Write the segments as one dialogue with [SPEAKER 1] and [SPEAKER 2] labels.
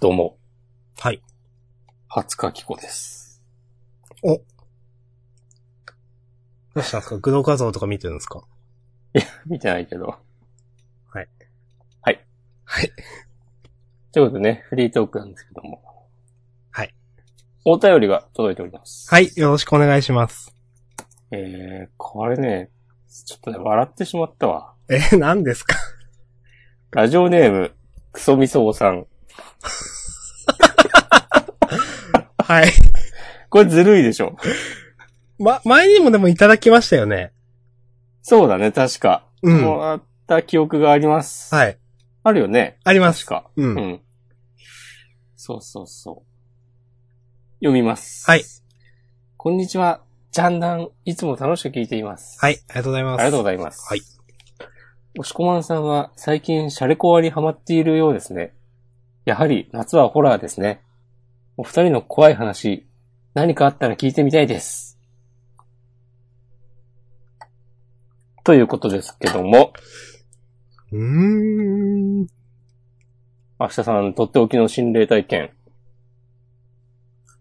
[SPEAKER 1] どうも、
[SPEAKER 2] はい。
[SPEAKER 1] 初書き子です。
[SPEAKER 2] どうしたんですかグロ画像とか見てるんですか
[SPEAKER 1] 見てないけど。
[SPEAKER 2] はい。
[SPEAKER 1] はい。
[SPEAKER 2] はい。
[SPEAKER 1] ということでね、フリートークなんですけども。
[SPEAKER 2] はい。
[SPEAKER 1] お便りが届いております。
[SPEAKER 2] はい、よろしくお願いします。
[SPEAKER 1] えー、これね、ちょっとね、笑ってしまったわ。
[SPEAKER 2] え、何ですか
[SPEAKER 1] ラジオネーム、クソミソウさん。
[SPEAKER 2] はい。
[SPEAKER 1] これずるいでしょ。
[SPEAKER 2] ま、前にもでもいただきましたよね。
[SPEAKER 1] そうだね、確か。
[SPEAKER 2] うん
[SPEAKER 1] もらった記憶があります。い。
[SPEAKER 2] はい。
[SPEAKER 1] あるよね。
[SPEAKER 2] あります
[SPEAKER 1] 確。か。
[SPEAKER 2] う。
[SPEAKER 1] うんん。そうそうそう。読みます。
[SPEAKER 2] はい。
[SPEAKER 1] こんにちは。ジャンダン、いつも楽しく聞いています。
[SPEAKER 2] はい、ありがとうございます。
[SPEAKER 1] ありがとうご
[SPEAKER 2] ざい
[SPEAKER 1] ざいます。
[SPEAKER 2] はい。
[SPEAKER 1] おしこまんさんは最近シャレコアにハマっているようですね。やはり夏はホラーですね。お二人の怖い話、何かあったら聞いてみたいです。ということですけども、
[SPEAKER 2] うーん。
[SPEAKER 1] 明日さん、とっておきの心霊体験、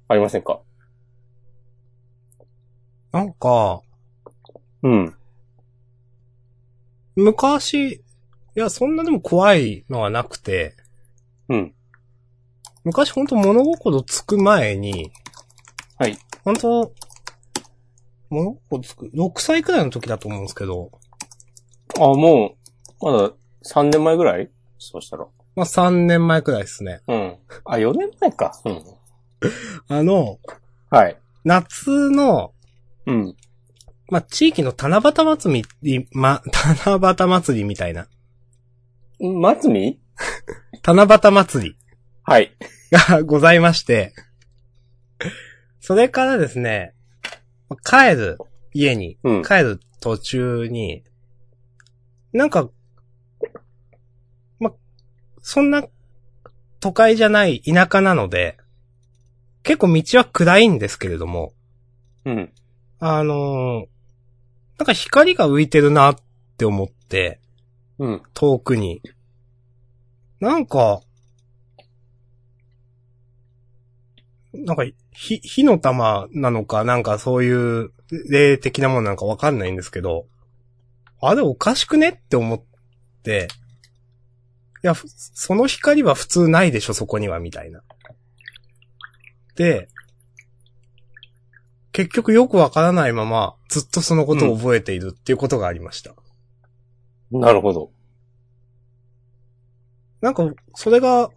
[SPEAKER 1] ありませんか
[SPEAKER 2] なんか、
[SPEAKER 1] うん。
[SPEAKER 2] 昔、いや、そんなでも怖いのはなくて、
[SPEAKER 1] うん。
[SPEAKER 2] 昔ほんと物心つく前に、
[SPEAKER 1] はい。
[SPEAKER 2] ほんと、物心つく、6歳くらいの時だと思うんですけど、
[SPEAKER 1] あ、もう、まだ3年前ぐらいそうしたら。
[SPEAKER 2] まあ、3年前くらいですね。
[SPEAKER 1] うん。あ、4年前か。うん。
[SPEAKER 2] あの、
[SPEAKER 1] はい。
[SPEAKER 2] 夏の、
[SPEAKER 1] うん。
[SPEAKER 2] まあ、地域の七夕祭り、ま、 七夕祭りみたいな。
[SPEAKER 1] 松見
[SPEAKER 2] 七夕祭り
[SPEAKER 1] はい。
[SPEAKER 2] がございまして、それからですね、帰る、家に、
[SPEAKER 1] うん。
[SPEAKER 2] 帰る途中に、なんか、ま、そんな、都会じゃない田舎なので、結構道は暗いんですけれども、
[SPEAKER 1] うん。
[SPEAKER 2] あのーなんか光が浮いてるなって思って、
[SPEAKER 1] うん。
[SPEAKER 2] 遠くに。なんか、なんか、火、火の玉なのか、なんかそういう霊的なものなんかわかんないんですけど、あれおかしくねって思って、いや、ふその光は普通ないでしょ、そこには、みたいな。で、結局よくわからないまま、ずっとそのことを覚えているっていうことがありました。
[SPEAKER 1] なるほど。
[SPEAKER 2] なんか、それが、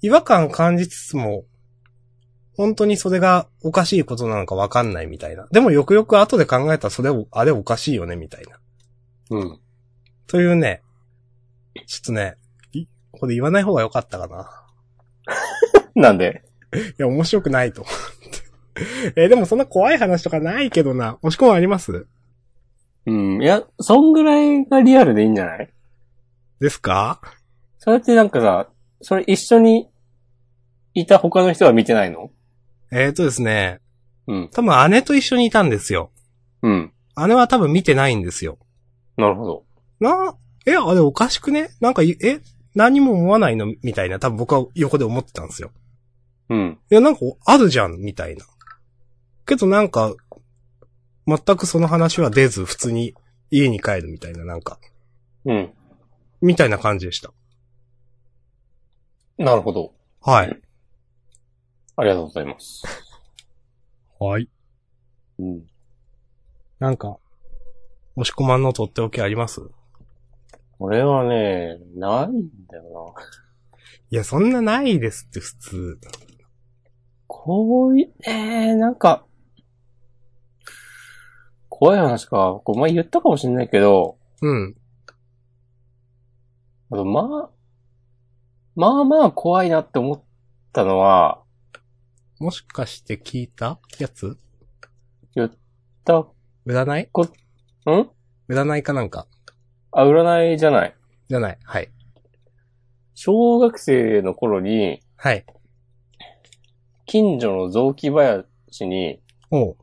[SPEAKER 2] 違和感感じつつも、本当にそれがおかしいことなのかわかんないみたいな。でもよくよく後で考えたらそれを、あれおかしいよねみたいな。
[SPEAKER 1] うん。
[SPEAKER 2] というね、ちょっとね、いこれ言わない方が良かったかな。
[SPEAKER 1] なんで
[SPEAKER 2] いや、面白くないと思って。え、 でもそんな怖い話とかないけどな。押し込みあります
[SPEAKER 1] うん。いや、そんぐらいがリアルでいいんじゃない
[SPEAKER 2] ですか
[SPEAKER 1] それってなんかさ、それ一緒にいた他の人は見てないの
[SPEAKER 2] えーとですね、
[SPEAKER 1] うん。
[SPEAKER 2] 多分姉と一緒にいたんですよ。
[SPEAKER 1] うん。
[SPEAKER 2] 姉は多分見てないんですよ。
[SPEAKER 1] なるほど。
[SPEAKER 2] な、え、あれおかしくねなんかい、え、何も思わないのみたいな、多分僕は横で思ってたんですよ。
[SPEAKER 1] うん。
[SPEAKER 2] いや、なんか、あるじゃんみたいな。けどなんか、全くその話は出ず、普通に家に帰るみたいな、なんか、
[SPEAKER 1] うん。
[SPEAKER 2] みたいな感じでした。
[SPEAKER 1] なるほど。
[SPEAKER 2] はい。
[SPEAKER 1] ありがとうございます。
[SPEAKER 2] はい。
[SPEAKER 1] うん。
[SPEAKER 2] なんか、押し込まんのとっておきあります
[SPEAKER 1] これはね、ないんだよな。
[SPEAKER 2] いや、そんなないですって、普通。
[SPEAKER 1] こうい、えー、なんか、怖い話か。こう前言ったかもしれないけど、
[SPEAKER 2] うん。
[SPEAKER 1] あと、まあ、まあまあ怖いなって思ったのは、
[SPEAKER 2] もしかして聞いたやつ
[SPEAKER 1] た、ん
[SPEAKER 2] 占い占いかなんか
[SPEAKER 1] あ、占いじゃない。
[SPEAKER 2] じゃない。はい。
[SPEAKER 1] 小学生の頃に、
[SPEAKER 2] はい。
[SPEAKER 1] 近所の雑木林に、
[SPEAKER 2] おう。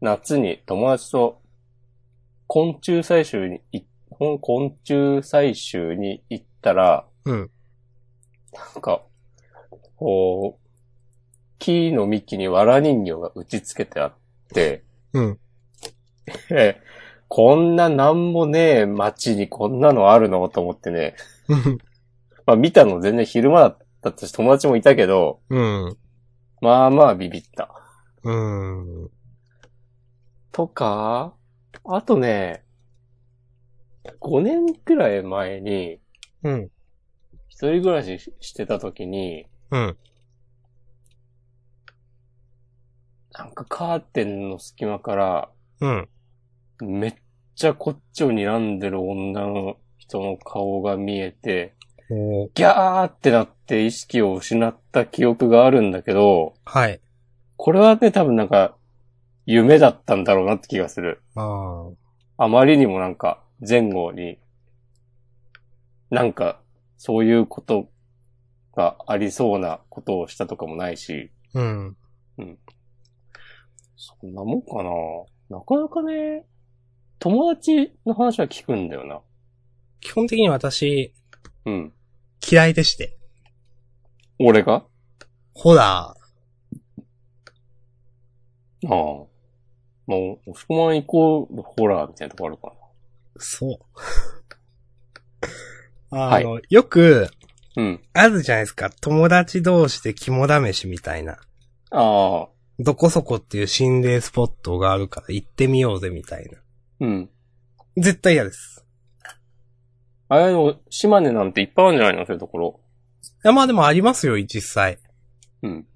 [SPEAKER 1] 夏に友達と昆虫採集にい、昆虫採集に行ったら、
[SPEAKER 2] うん。
[SPEAKER 1] なんか、こう、木の幹に藁人形が打ち付けてあって、
[SPEAKER 2] うん。
[SPEAKER 1] えこんななんもねえ街にこんなのあるのと思ってね、
[SPEAKER 2] うん
[SPEAKER 1] まあ見たの全然昼間だったし友達もいたけど、
[SPEAKER 2] うん。
[SPEAKER 1] まあまあビビった。
[SPEAKER 2] うん。
[SPEAKER 1] とか、あとね、5年くらい前に、
[SPEAKER 2] うん。
[SPEAKER 1] 一人暮らししてた時に、
[SPEAKER 2] うん。
[SPEAKER 1] なんかカーテンの隙間から、
[SPEAKER 2] うん。
[SPEAKER 1] めっちゃこっちを睨んでる女の人の顔が見えて、
[SPEAKER 2] おー
[SPEAKER 1] ギャーってなって意識を失った記憶があるんだけど、
[SPEAKER 2] はい。
[SPEAKER 1] これはね、多分なんか、夢だったんだろうなって気がする。
[SPEAKER 2] ああ。
[SPEAKER 1] あまりにもなんか、前後に、なんか、そういうことがありそうなことをしたとかもないし、
[SPEAKER 2] うん。
[SPEAKER 1] そんなもんかななかなかね、友達の話は聞くんだよな。
[SPEAKER 2] 基本的に私、
[SPEAKER 1] うん。
[SPEAKER 2] 嫌いでして。
[SPEAKER 1] 俺が
[SPEAKER 2] ホラ
[SPEAKER 1] ああ。もう、押し込まんイコールホラーみたいなとこあるか
[SPEAKER 2] ー。そう。 あの、よく、
[SPEAKER 1] な。うん。
[SPEAKER 2] あるじゃないですか。友達同士で肝試しみたいな。
[SPEAKER 1] ああ。
[SPEAKER 2] どこそこっていう心霊スポットがあるから行ってみようぜみたいな。
[SPEAKER 1] うん。
[SPEAKER 2] 絶対嫌です。
[SPEAKER 1] あれの、島根なんていっぱいあるんじゃないのそういうところ。
[SPEAKER 2] いや、まあでもありますよ、実際。
[SPEAKER 1] うん。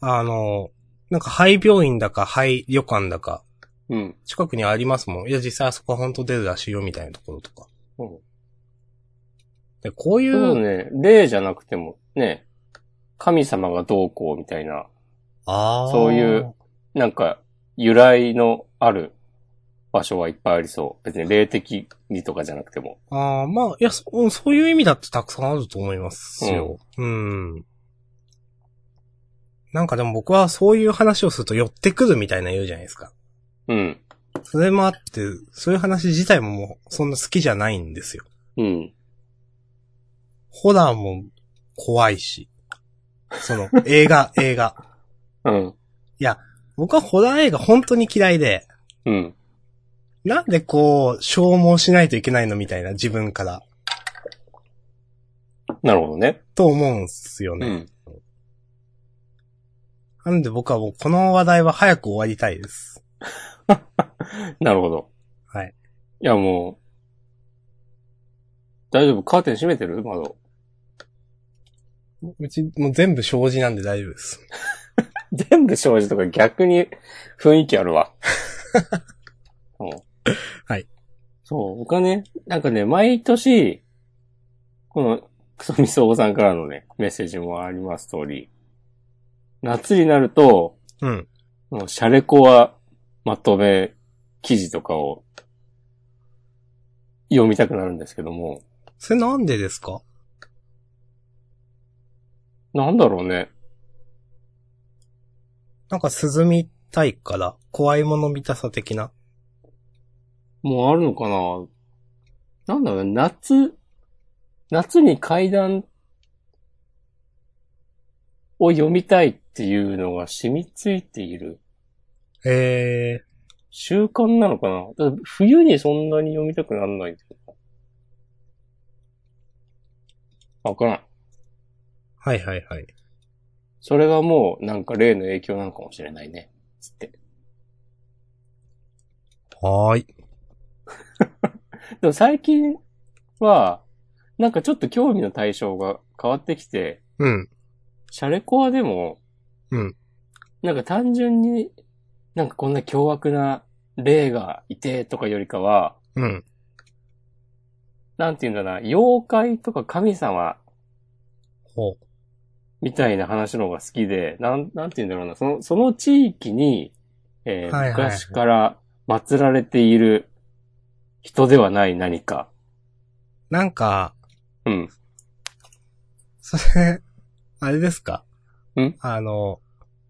[SPEAKER 2] あの、なんか廃病院だか廃旅館だか、
[SPEAKER 1] うん。
[SPEAKER 2] 近くにありますもん。いや、実際あそこは本当出るらしいよみたいなところとか。
[SPEAKER 1] うん
[SPEAKER 2] でこうい
[SPEAKER 1] そう
[SPEAKER 2] う、
[SPEAKER 1] ね、霊じゃなくても、ね、神様がどうこうみたいな、
[SPEAKER 2] ああ。
[SPEAKER 1] そういう。なんか、由来のある場所はいっぱいありそう。別に霊的にとかじゃなくても。
[SPEAKER 2] ああ、まあ、いやそ、うんそういう意味だってたくさんあると思いますよ。うん。なんかでも僕はそういう話をすると寄ってくるみたいな言うじゃないですか。
[SPEAKER 1] うん。
[SPEAKER 2] それもあって、そういう話自体ももうそんな好きじゃないんですよ。
[SPEAKER 1] うん。
[SPEAKER 2] ホラーも怖いし。その、映画、 映画。
[SPEAKER 1] うん。
[SPEAKER 2] 僕はホラー映画本当に嫌いで、
[SPEAKER 1] うん。
[SPEAKER 2] なんでこう、消耗しないといけないのみたいな自分から、
[SPEAKER 1] なるほどね。
[SPEAKER 2] と思うんすよ
[SPEAKER 1] う
[SPEAKER 2] ね。
[SPEAKER 1] ん。
[SPEAKER 2] なんで僕はもうこの話題は早く終わりたいです。
[SPEAKER 1] なるほど。
[SPEAKER 2] はい。
[SPEAKER 1] いや、もう、大丈夫カーテン閉めてる窓。
[SPEAKER 2] うち、もう全部障子なんで大丈夫です。
[SPEAKER 1] 全部障子とか逆に雰囲気ある わ。そう
[SPEAKER 2] はい。
[SPEAKER 1] そう、僕はね、なんかね、毎年、この、クソミソウさんからのね、メッセージもあります通り、夏になると、
[SPEAKER 2] うん。
[SPEAKER 1] もうシャレコはまとめ記事とかを読みたくなるんですけども、
[SPEAKER 2] それなんでですか
[SPEAKER 1] なんだろうね。
[SPEAKER 2] なんか涼みたいから、怖いもの見たさ的な。
[SPEAKER 1] もうあるのかななんだろうね、夏、夏に階段を読みたいっていうのが染みついている
[SPEAKER 2] えー、
[SPEAKER 1] 習慣なのかなだから冬にそんなに読みたくなんないんだよな。わからん。
[SPEAKER 2] はいはいはい。
[SPEAKER 1] それがもうなんか例の影響なのかもしれないね。つって。
[SPEAKER 2] はーい。
[SPEAKER 1] でも最近は、なんかちょっと興味の対象が変わってきて、
[SPEAKER 2] うん。
[SPEAKER 1] シャレコアでも、
[SPEAKER 2] うん。
[SPEAKER 1] なんか単純に、なんかこんな凶悪な霊がいてとかよりかは、
[SPEAKER 2] うん。
[SPEAKER 1] なんていうんだな、妖怪とか神様
[SPEAKER 2] ほう。
[SPEAKER 1] みたいな話の方が好きで、なん、なんていうんだろうな、その、その地域に、えー
[SPEAKER 2] はいはいはい
[SPEAKER 1] 昔から祀られている人ではない何か。
[SPEAKER 2] なんか、
[SPEAKER 1] うん。
[SPEAKER 2] それ、あれですか
[SPEAKER 1] ん
[SPEAKER 2] あの、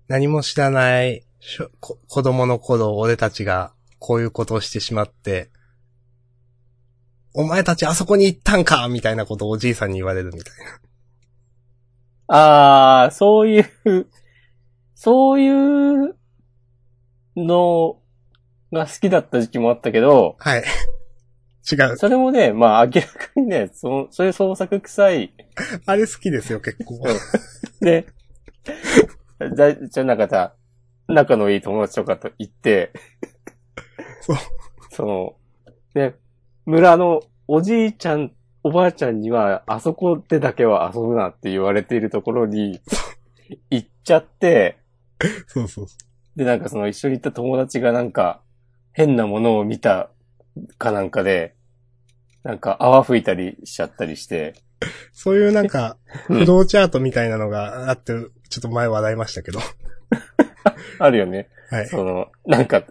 [SPEAKER 2] 何も知らないしょこ子供の頃、俺たちがこういうことをしてしまって、お前たちあそこに行ったんかみたいなことをおじいさんに言われるみたいな。
[SPEAKER 1] ああ、そういう、そういうのが好きだった時期もあったけど、
[SPEAKER 2] はい。 違う。
[SPEAKER 1] それもね、まあ明らかにね、そそういう創作臭い、
[SPEAKER 2] あれ好きですよ、結構。
[SPEAKER 1] で、だじゃなかった、仲のいい友達とかと行って、
[SPEAKER 2] そう。
[SPEAKER 1] その、ね、村のおじいちゃん、おばあちゃんには、あそこでだけは遊ぶなって言われているところに、行っちゃって、
[SPEAKER 2] そうそうそ
[SPEAKER 1] で、なんかその一緒に行った友達がなんか、変なものを見たかなんかで、なんか泡吹いたりしちゃったりして、
[SPEAKER 2] う。そういうなんか、
[SPEAKER 1] うん
[SPEAKER 2] 不動チャートみたいなのがあって、ちょっと前話題ましたけど。は
[SPEAKER 1] あるよね。
[SPEAKER 2] い。
[SPEAKER 1] その、なんか、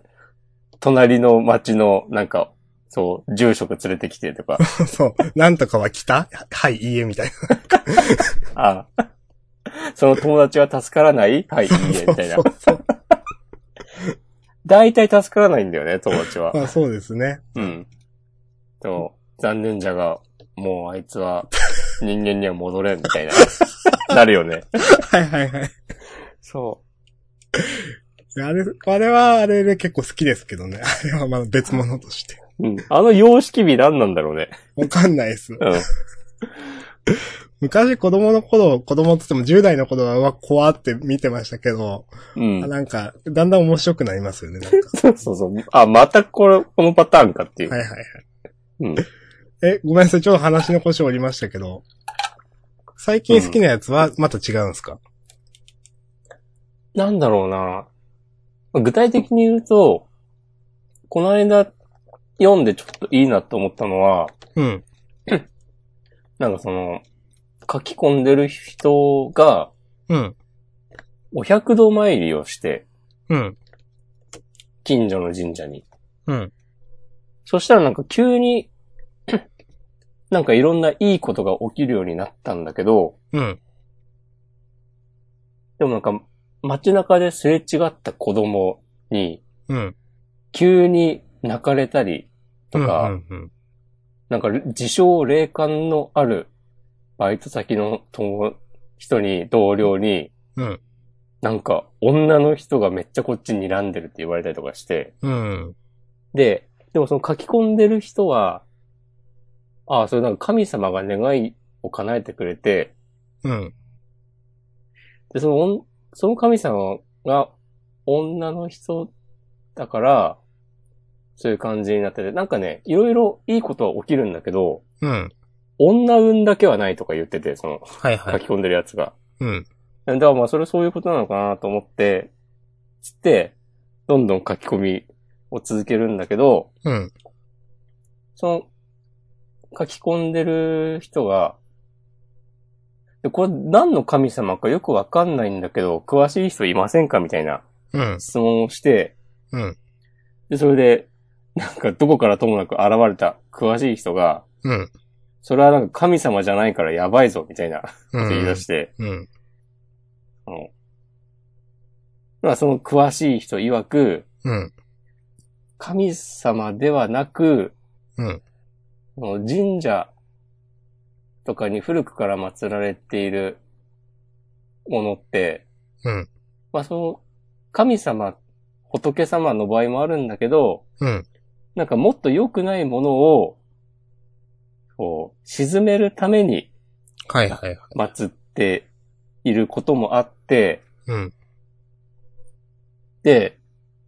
[SPEAKER 1] 隣の町の、なんか、そう、住職連れてきて とか、
[SPEAKER 2] そう。なんとかは来たはい、いいえ、みたい
[SPEAKER 1] あその友達は助からないはい、いい
[SPEAKER 2] な。
[SPEAKER 1] え、みたいな
[SPEAKER 2] そう。そうそう。
[SPEAKER 1] 大体助からないんだよね、友達 は。
[SPEAKER 2] まあそうですね。
[SPEAKER 1] うん。でも、残念じゃが、もうあいつは、人間には戻れん、みたいな、なるよね。
[SPEAKER 2] はいはいはい。
[SPEAKER 1] そ
[SPEAKER 2] あれ、あれは、あれで結構好きですけどね。あれはまあ別物として。
[SPEAKER 1] う。うん。あの様式美何なんだろうね。
[SPEAKER 2] わかんないです。
[SPEAKER 1] うん。
[SPEAKER 2] 昔子供の頃、子供って言っても10代の頃は、うわ、怖って見てましたけど、
[SPEAKER 1] うん。
[SPEAKER 2] なんか、だんだん面白くなりますよね、なんか。
[SPEAKER 1] そうそう。あ、またこれ、このパターンかっていう。
[SPEAKER 2] はいはいはい。
[SPEAKER 1] うん。
[SPEAKER 2] え、ごめんなさい、ちょっと話の腰折りましたけど、最近好きなやつはまた違うんですか、
[SPEAKER 1] なんだろうな。具体的に言うと、この間読んでちょっといいなと思ったのは、
[SPEAKER 2] うん、
[SPEAKER 1] なんかその、書き込んでる人が、
[SPEAKER 2] うん。
[SPEAKER 1] お百度参りをして、
[SPEAKER 2] うん。
[SPEAKER 1] 近所の神社に。
[SPEAKER 2] うん。
[SPEAKER 1] そしたらなんか急に、 なんかいろんないいことが起きるようになったんだけど、
[SPEAKER 2] うん。
[SPEAKER 1] でもなんか街中ですれ違った子供に、
[SPEAKER 2] うん。
[SPEAKER 1] 急に泣かれたりとか、
[SPEAKER 2] うんうん
[SPEAKER 1] なんか、自称霊感のあるバイト先の友、人に、同僚に、
[SPEAKER 2] うん
[SPEAKER 1] なんか、女の人がめっちゃこっちに睨んでるって言われたりとかして、
[SPEAKER 2] うん。うん。
[SPEAKER 1] で、でもその書き込んでる人は、ああ、それなんか神様が願いを叶えてくれて、
[SPEAKER 2] うん。
[SPEAKER 1] で、そのおん、その神様が女の人だから、そういう感じになってて、なんかね、いろいろいいことは起きるんだけど、
[SPEAKER 2] うん。
[SPEAKER 1] 女運だけはないとか言ってて、その、
[SPEAKER 2] はいは
[SPEAKER 1] 書
[SPEAKER 2] い。
[SPEAKER 1] き込んでるやつが。
[SPEAKER 2] うん。
[SPEAKER 1] だからまあ、それそういうことなのかなと思って、つって、どんどん書き込みを続けるんだけど、
[SPEAKER 2] うん。
[SPEAKER 1] その、書き込んでる人が、で、これ何の神様かよくわかんないんだけど、詳しい人いませんかみたいな
[SPEAKER 2] うん。
[SPEAKER 1] 質問をして、
[SPEAKER 2] うん。
[SPEAKER 1] で、それで、なんかどこからともなく現れた詳しい人が、
[SPEAKER 2] うん。
[SPEAKER 1] それはなんか神様じゃないからやばいぞ、みたいな、って
[SPEAKER 2] うん。
[SPEAKER 1] 言い出して、
[SPEAKER 2] うん。
[SPEAKER 1] あの、まあその詳しい人曰く、
[SPEAKER 2] うん。
[SPEAKER 1] 神様ではなく、
[SPEAKER 2] うん
[SPEAKER 1] その神社とかに古くから祀られているものって、
[SPEAKER 2] うん
[SPEAKER 1] まあその神様、仏様の場合もあるんだけど、
[SPEAKER 2] うん。
[SPEAKER 1] なんかもっと良くないものを、こう、沈めるために
[SPEAKER 2] はいはい。
[SPEAKER 1] 祀っていることもあって、
[SPEAKER 2] うん。
[SPEAKER 1] で、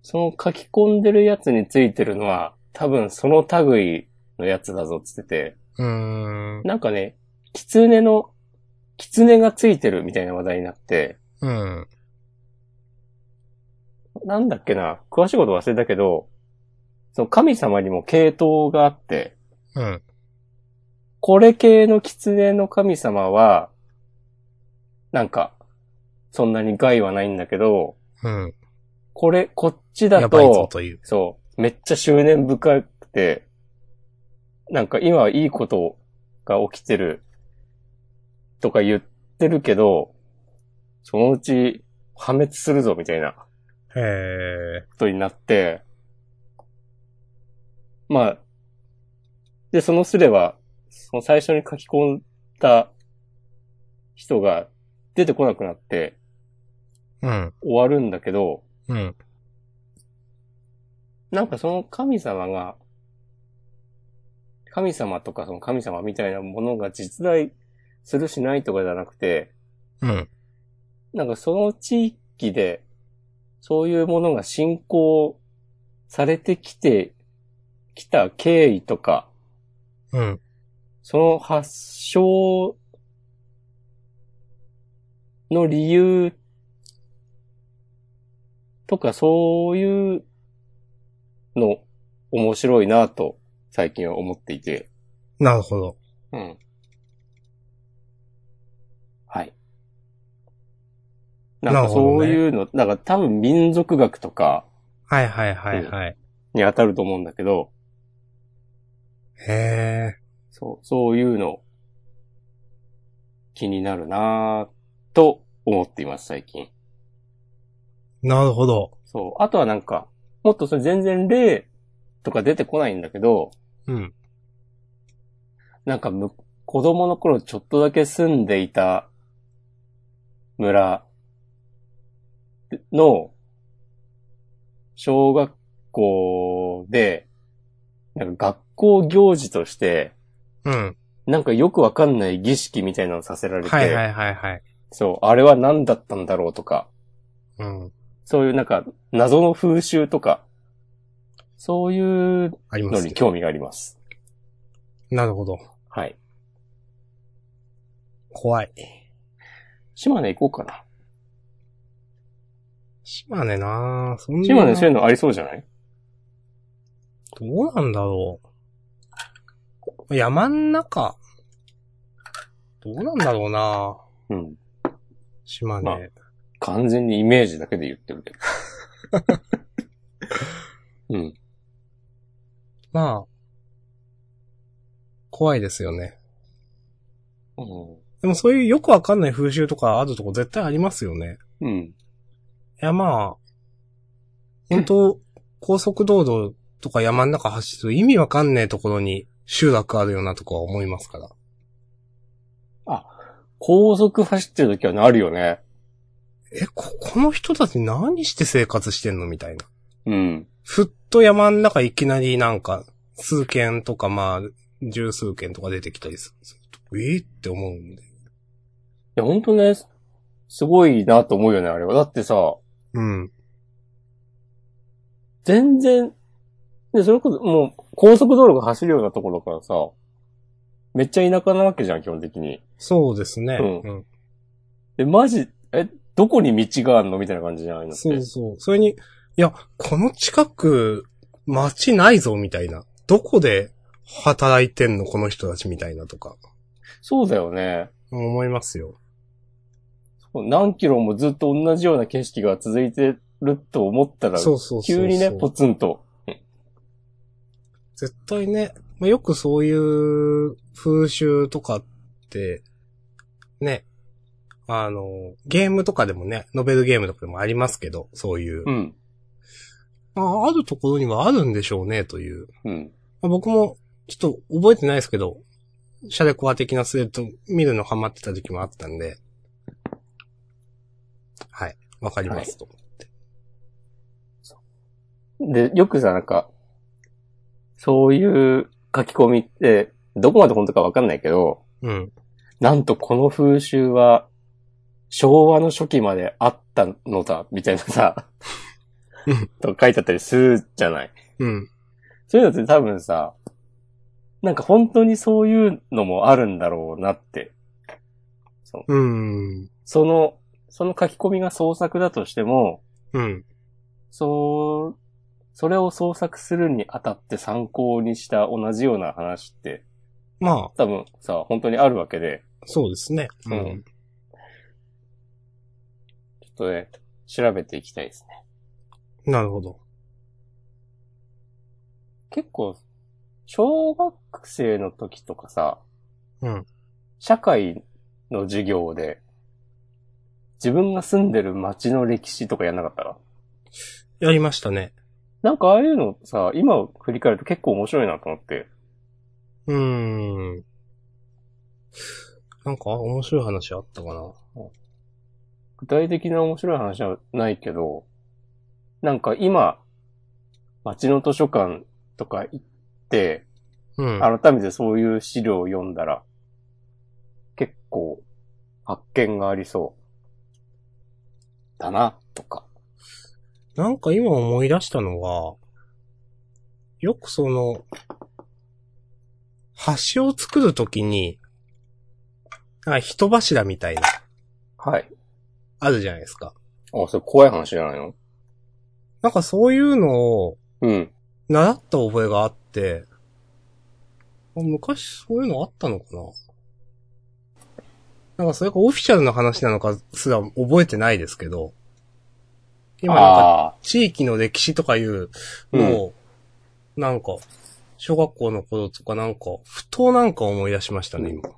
[SPEAKER 1] その書き込んでるやつについてるのは、多分その類のやつだぞっつって
[SPEAKER 2] うーん
[SPEAKER 1] て、。なんかね、狐の、狐がついてるみたいな話題になって、
[SPEAKER 2] うん。
[SPEAKER 1] なんだっけな、詳しいこと忘れたけど、その神様にも系統があって、
[SPEAKER 2] うん。
[SPEAKER 1] これ系の狐の神様は、なんか、そんなに害はないんだけど、
[SPEAKER 2] うん。
[SPEAKER 1] これ、こっちだ
[SPEAKER 2] やばいぞ
[SPEAKER 1] と、
[SPEAKER 2] という。
[SPEAKER 1] そう。めっちゃ執念深くて、なんか今はいいことが起きてるとか言ってるけど、そのうち破滅するぞみたいなこ
[SPEAKER 2] へえ。
[SPEAKER 1] とになって、まあ、で、そのスレは、その最初に書き込んだ人が出てこなくなって
[SPEAKER 2] うん。
[SPEAKER 1] 終わるんだけど、
[SPEAKER 2] うん。
[SPEAKER 1] なんかその神様が、神様とかその神様みたいなものが実在するしないとかじゃなくて、
[SPEAKER 2] うん。
[SPEAKER 1] なんかその地域で、そういうものが信仰されてきて、きた経緯とか、
[SPEAKER 2] うん。
[SPEAKER 1] その発祥の理由とかそういうの面白いなと最近は思っていて。
[SPEAKER 2] なるほど。
[SPEAKER 1] うん。はい。なん
[SPEAKER 2] な
[SPEAKER 1] か
[SPEAKER 2] るほ
[SPEAKER 1] そ
[SPEAKER 2] ど
[SPEAKER 1] う
[SPEAKER 2] ね
[SPEAKER 1] いうの、なんか多分民族学とか
[SPEAKER 2] はいはいはいはい。
[SPEAKER 1] に当たると思うんだけど、
[SPEAKER 2] へえ。
[SPEAKER 1] そう、そういうの気になるなぁと思っています、最近。
[SPEAKER 2] なるほど。
[SPEAKER 1] そう。あとはなんか、もっとそれ全然例とか出てこないんだけど、
[SPEAKER 2] うん。
[SPEAKER 1] なんかむ、子供の頃ちょっとだけ住んでいた村の小学校で、なんか学校行事として、
[SPEAKER 2] うん。
[SPEAKER 1] なんかよくわかんない儀式みたいなのさせられて、
[SPEAKER 2] はいはいはいはい。
[SPEAKER 1] そう、あれは何だったんだろうとか、
[SPEAKER 2] うん。
[SPEAKER 1] そういうなんか謎の風習とか、そういう
[SPEAKER 2] ありま
[SPEAKER 1] の
[SPEAKER 2] す
[SPEAKER 1] に
[SPEAKER 2] ね。
[SPEAKER 1] 興味があります。
[SPEAKER 2] なるほど。
[SPEAKER 1] はい。
[SPEAKER 2] 怖い。
[SPEAKER 1] 島根行こうかな。
[SPEAKER 2] 島根なぁ。そんな
[SPEAKER 1] 島根そういうのありそうじゃない
[SPEAKER 2] どうなんだろう。山ん中。どうなんだろうな
[SPEAKER 1] うん。
[SPEAKER 2] 島根。
[SPEAKER 1] まあ完全にイメージだけで言ってるけど。うん。
[SPEAKER 2] まあ、怖いですよね。
[SPEAKER 1] うん
[SPEAKER 2] でもそういうよくわかんない風習とかあるとこ絶対ありますよね。
[SPEAKER 1] うん。
[SPEAKER 2] いやまあ、本当高速道路とか山ん中走ってる意味わかんないところに集落あるようなとこは思いますから。
[SPEAKER 1] 高速走ってる時はなるよね。
[SPEAKER 2] え、こ、この人たち何して生活してんのみたいな。
[SPEAKER 1] うん。
[SPEAKER 2] ふっと山ん中いきなりなんか、数件とかまあ、十数件とか出てきたりすると。えーって思うんで。
[SPEAKER 1] いや、ほんとね、すすごいなと思うよね、あれは。だってさ、
[SPEAKER 2] うん。
[SPEAKER 1] 全然、で、それこそ、もう、高速道路が走るようなところからさ、めっちゃ田舎なわけじゃん、基本的に。
[SPEAKER 2] そうですね。
[SPEAKER 1] うん
[SPEAKER 2] うん。
[SPEAKER 1] で、マジ、え、どこに道があるのみたいな感じじゃないのって。
[SPEAKER 2] そうそう。それに、いや、この近く、街ないぞ、みたいな。どこで働いてんの、この人たち、みたいなとか。
[SPEAKER 1] そうだよね。
[SPEAKER 2] 思いますよ。
[SPEAKER 1] 何キロもずっと同じような景色が続いてると思ったら、
[SPEAKER 2] そうそうそうそ
[SPEAKER 1] 急
[SPEAKER 2] う。
[SPEAKER 1] にね、ポツンと。
[SPEAKER 2] 絶対ね、まあ、よくそういう風習とかって、ね、あの、ゲームとかでもね、ノベルゲームとかでもありますけど、そういう。
[SPEAKER 1] うん。
[SPEAKER 2] まあ、あるところにはあるんでしょうね、という。
[SPEAKER 1] うん。
[SPEAKER 2] まあ、僕も、ちょっと覚えてないですけど、シャレコア的なスレッド見るのハマってた時期もあったんで、はい、わかりますと。
[SPEAKER 1] で、よくさ、なんか、そういう書き込みって、どこまで本当かわかんないけど、
[SPEAKER 2] うん。
[SPEAKER 1] なんとこの風習は、昭和の初期まであったのだ、みたいなさ
[SPEAKER 2] うん、
[SPEAKER 1] とか書いてあったりするじゃない。
[SPEAKER 2] うん。
[SPEAKER 1] そういうのって多分さ、なんか本当にそういうのもあるんだろうなって。
[SPEAKER 2] うん。
[SPEAKER 1] その、その書き込みが創作だとしても、
[SPEAKER 2] うん。
[SPEAKER 1] そう、それを創作するにあたって参考にした同じような話って、
[SPEAKER 2] まあ、
[SPEAKER 1] 多分さ、本当にあるわけで、
[SPEAKER 2] そうですね。
[SPEAKER 1] うんちょっとね、調べていきたいですね。
[SPEAKER 2] なるほど。
[SPEAKER 1] 結構、小学生の時とかさ、
[SPEAKER 2] うん
[SPEAKER 1] 社会の授業で、自分が住んでる街の歴史とかやんなかったら
[SPEAKER 2] やりましたね。
[SPEAKER 1] なんかああいうのさ、今振り返ると結構面白いなと思って。
[SPEAKER 2] うーん。なんか、面白い話あったかな。
[SPEAKER 1] 具体的な面白い話はないけど、なんか今、町の図書館とか行って、
[SPEAKER 2] うん。
[SPEAKER 1] 改めてそういう資料を読んだら、結構発見がありそう。だな、とか。
[SPEAKER 2] なんか今思い出したのが、よくその、橋を作るときに、あ、人柱みたいな、
[SPEAKER 1] はい。
[SPEAKER 2] あるじゃないですか。
[SPEAKER 1] あ、それ怖い話じゃないの
[SPEAKER 2] なんかそういうのを
[SPEAKER 1] うん。
[SPEAKER 2] 習った覚えがあって、あ昔そういうのあったのかななんかそれがオフィシャルな話なのかすら覚えてないですけど、今なんか
[SPEAKER 1] ああ
[SPEAKER 2] 地域の歴史とかいうのを、なんか、小学校の頃とかなんか、ふとなんか思い出しましたね、今。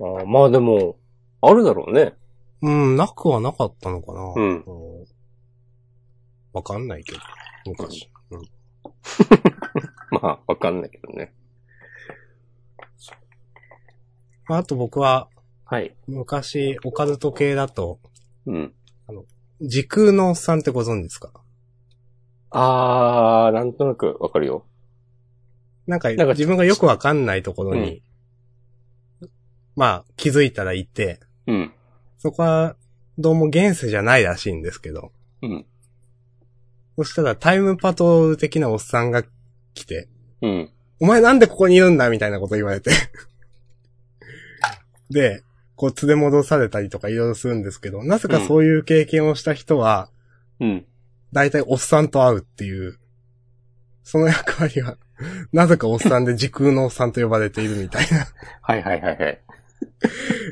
[SPEAKER 1] ー、まあでも、あるだろうね。
[SPEAKER 2] うん、なくはなかったのかな。
[SPEAKER 1] うん。
[SPEAKER 2] うんわかんないけど、昔。うん。
[SPEAKER 1] まあ、わかんないけどね。
[SPEAKER 2] あと僕は、
[SPEAKER 1] はい。
[SPEAKER 2] 昔、オカルト系だと、
[SPEAKER 1] うん。
[SPEAKER 2] 時空のおっさんってご存知ですか
[SPEAKER 1] あー、なんとなくわかるよ。
[SPEAKER 2] なんか、
[SPEAKER 1] なんか
[SPEAKER 2] 自分がよくわかんないところに、まあ、気づいたらいて、
[SPEAKER 1] うん。
[SPEAKER 2] そこは、どうも現世じゃないらしいんですけど、
[SPEAKER 1] うん。
[SPEAKER 2] そしたらタイムパトロール的なおっさんが来て、
[SPEAKER 1] うん。
[SPEAKER 2] お前なんでここにいるんだみたいなこと言われて。 で、こう連れ戻されたりとかいろいろするんですけど、なぜかそういう経験をした人は、
[SPEAKER 1] うん。
[SPEAKER 2] だいたいおっさんと会うっていう、その役割は、 なぜかおっさんで時空のおっさんと呼ばれているみたいな、
[SPEAKER 1] はいはいはいはい。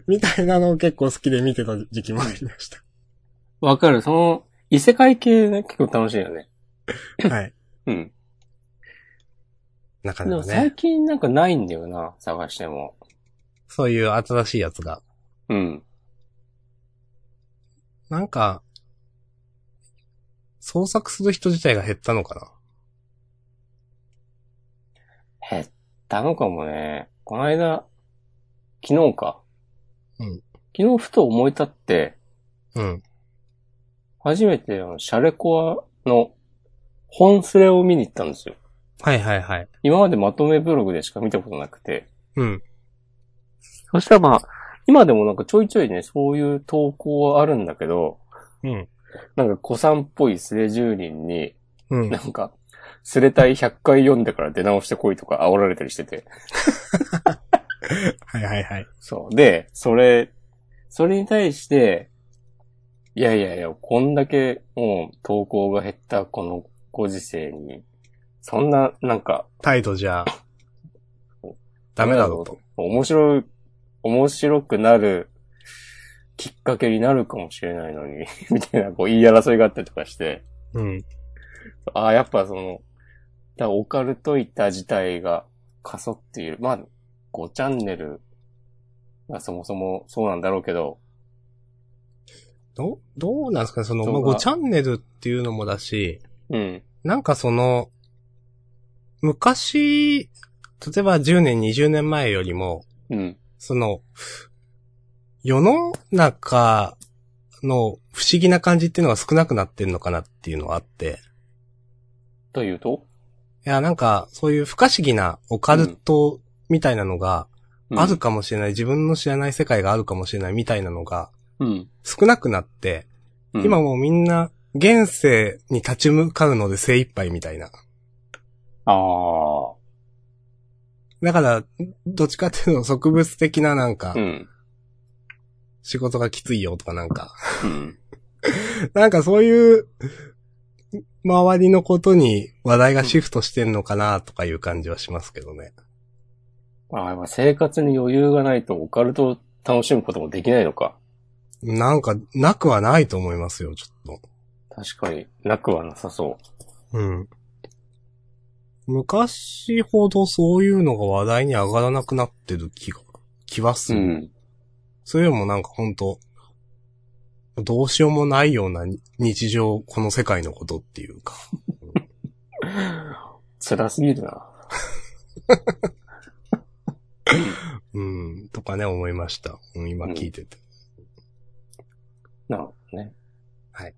[SPEAKER 2] みたいなのを結構好きで見てた時期もありまし
[SPEAKER 1] わかる。その、異世界系ね、結構楽しいよね。
[SPEAKER 2] た。はい。
[SPEAKER 1] うん。
[SPEAKER 2] なか
[SPEAKER 1] で
[SPEAKER 2] な
[SPEAKER 1] も
[SPEAKER 2] かね
[SPEAKER 1] 最、近なんかないんだよな、探しても。
[SPEAKER 2] そういう新しいやつが
[SPEAKER 1] うん。
[SPEAKER 2] なんか、創作する人自体が減ったのか
[SPEAKER 1] 減ったのかもね。この間、昨日か。
[SPEAKER 2] うん。
[SPEAKER 1] 昨日ふと思い立って、
[SPEAKER 2] なうん。
[SPEAKER 1] 初めてあのシャレコアの本スレを見に行ったんですよ。
[SPEAKER 2] はいはいはい。
[SPEAKER 1] 今までまとめブログでしか見たことなくて。
[SPEAKER 2] うん。
[SPEAKER 1] そしたらまあ、今でもなんかちょいちょいね、そういう投稿はあるんだけど、
[SPEAKER 2] うん。
[SPEAKER 1] なんか子さんっぽいスレ住人に、
[SPEAKER 2] うん
[SPEAKER 1] な。んか、スレたい100回読んでから出直してこいとか煽られたりしてて。
[SPEAKER 2] はいはいはい。
[SPEAKER 1] そう。で、それ、それに対して、いやいやいや、こんだけもう投稿が減ったこのご時世に、そんな、なんか、
[SPEAKER 2] 態度じゃ、ダメだろうと。
[SPEAKER 1] 面白い、面白くなるきっかけになるかもしれないのに、みたいな、こう、言い争いがあったりとかして、
[SPEAKER 2] うん。
[SPEAKER 1] ああ、やっぱその、だからオカルトいた自体がかそっている。まあ、5チャンネルがそもそもそうなんだろうけど、
[SPEAKER 2] どう、どうなんですかねその、
[SPEAKER 1] そう
[SPEAKER 2] まあ、
[SPEAKER 1] か
[SPEAKER 2] 5チャンネルっていうのもだし、
[SPEAKER 1] うん、
[SPEAKER 2] なんかその、昔、例えば10年、20年前よりも、
[SPEAKER 1] うん、
[SPEAKER 2] その、世の中の不思議な感じっていうのが少なくなってんのかなっていうのはあって。
[SPEAKER 1] というと
[SPEAKER 2] いや、なんか、そういう不可思議なオカルトみたいなのが
[SPEAKER 1] うん
[SPEAKER 2] あるかもしれない、自分の知らない世界があるかもしれないみたいなのが
[SPEAKER 1] うん。
[SPEAKER 2] 少なくなって、
[SPEAKER 1] うん
[SPEAKER 2] 今、もうみんな現世に立ち向かうので精一杯みたいな。
[SPEAKER 1] ああ、
[SPEAKER 2] だから、どっちかっていうと植物的ななんか
[SPEAKER 1] う、ん、
[SPEAKER 2] 仕事がきついよとかなんか、
[SPEAKER 1] うん。
[SPEAKER 2] なんかそういう周りのことに話題がシフトしてんのかなとかいう感じはしますけどね。
[SPEAKER 1] ああ、やっぱ生活に余裕がないとオカルトを楽しむこともできないのか。
[SPEAKER 2] なんか、なくはないと思いますよ、ちょっと。
[SPEAKER 1] 確かになくはなさそ
[SPEAKER 2] うん。昔ほどそういうのが話題に上がらなくなってる気が、気はす
[SPEAKER 1] う。
[SPEAKER 2] る。
[SPEAKER 1] ん。
[SPEAKER 2] それよりもなんかほんと、どうしようもないようなに日常、この世界のことっていうか。
[SPEAKER 1] 辛すぎるな。
[SPEAKER 2] うん、とかね、思いました。うん今聞いてて。
[SPEAKER 1] なるほどね。
[SPEAKER 2] はい。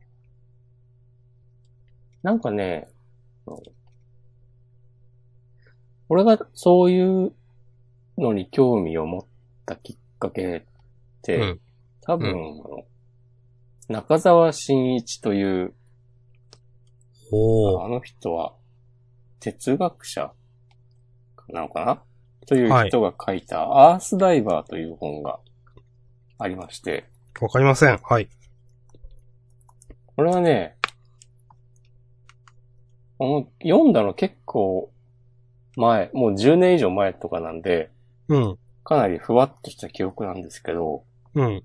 [SPEAKER 1] なんかね、俺がそういうのに興味を持ったきっかけって、
[SPEAKER 2] うん
[SPEAKER 1] 多分、あの中沢慎一という、
[SPEAKER 2] お
[SPEAKER 1] あ
[SPEAKER 2] ー。
[SPEAKER 1] の人は哲学者なのかなという人が書いた、アースダイバーという本がありまして、
[SPEAKER 2] わかりません。はい。
[SPEAKER 1] これはね、あの読んだの結構前、もう10年以上前とかなんで、
[SPEAKER 2] うん。
[SPEAKER 1] かなりふわっとした記憶なんですけど、
[SPEAKER 2] うん。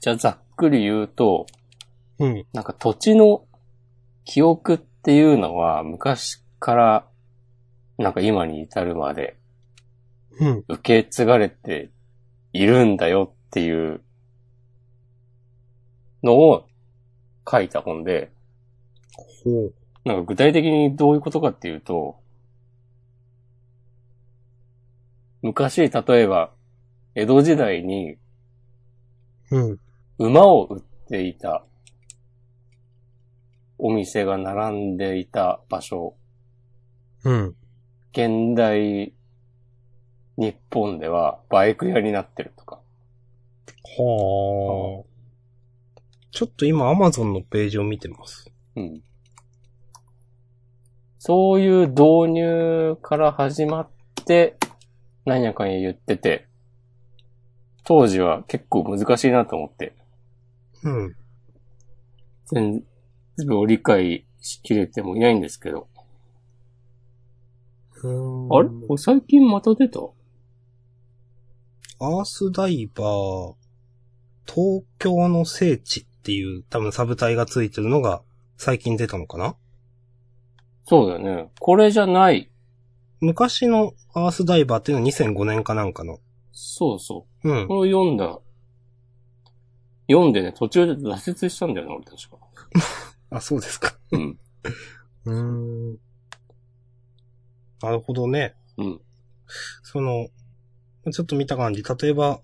[SPEAKER 1] じゃあざっくり言うと、
[SPEAKER 2] うん。
[SPEAKER 1] なんか土地の記憶っていうのは昔から、なんか今に至るまで
[SPEAKER 2] うん。
[SPEAKER 1] 受け継がれているんだよっていうのを書いた本で、
[SPEAKER 2] ほう。
[SPEAKER 1] なんか具体的にどういうことかっていうと、昔、例えば、江戸時代に
[SPEAKER 2] うん。
[SPEAKER 1] 馬を売っていたお店が並んでいた場所、
[SPEAKER 2] うん。
[SPEAKER 1] 現代日本ではバイク屋になってるとか。
[SPEAKER 2] はあ。ちょっと今、アマゾンのページを見てます。
[SPEAKER 1] うん。そういう導入から始まって、何やかんや言ってて、当時は結構難しいなと思って、
[SPEAKER 2] うん。
[SPEAKER 1] 全部を理解しきれてもいないんですけど。あれこれ最近また出た
[SPEAKER 2] アースダイバー、東京の聖地っていう多分サブ隊がついてるのが最近出たのかな
[SPEAKER 1] そうだよね。これじゃない。
[SPEAKER 2] 昔のアースダイバーっていうのは2005年かなんかの。
[SPEAKER 1] そうそうう。
[SPEAKER 2] ん。
[SPEAKER 1] これ読んだ。読んでね、途中で挫折したんだよな、俺確か。
[SPEAKER 2] あ、そうですか。
[SPEAKER 1] うん。
[SPEAKER 2] うん。なるほどね。
[SPEAKER 1] うん。
[SPEAKER 2] その、ちょっと見た感じ、例えば、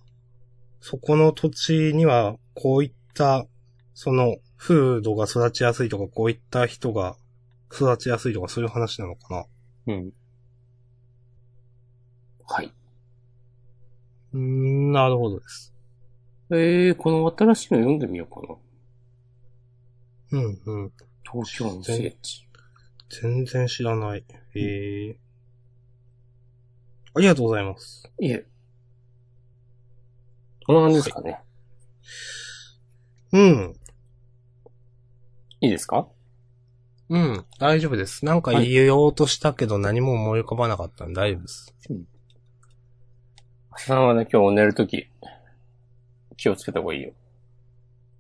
[SPEAKER 2] そこの土地にはこういった、その、風土が育ちやすいとか、こういった人が育ちやすいとか、そういう話なのかな
[SPEAKER 1] うん。はい。
[SPEAKER 2] うーん、なるほどです。
[SPEAKER 1] ええー、この新しいの読んでみようかな。
[SPEAKER 2] うん、うん。
[SPEAKER 1] 東京の聖地。
[SPEAKER 2] 全然知らない。へえ。ありがとうございます。
[SPEAKER 1] いえ。こんな感じですかね。
[SPEAKER 2] うん。
[SPEAKER 1] い、いですか
[SPEAKER 2] うん。大丈夫です。なんか言おうとしたけど何も思い浮かばなかったんで大丈夫です。
[SPEAKER 1] さんはね、今日寝るとき、気をつけた方がいいよ。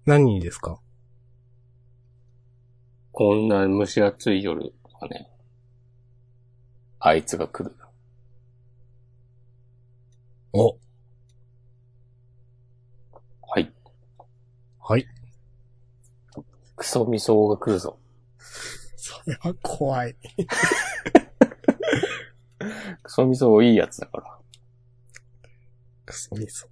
[SPEAKER 2] 何ですか
[SPEAKER 1] こんな蒸し暑い夜はね、あいつが来る。
[SPEAKER 2] お。
[SPEAKER 1] はい。
[SPEAKER 2] はい。
[SPEAKER 1] クソミソウが来るぞ。
[SPEAKER 2] それは怖い。
[SPEAKER 1] クソミソウいいやつだから。
[SPEAKER 2] クソミソ。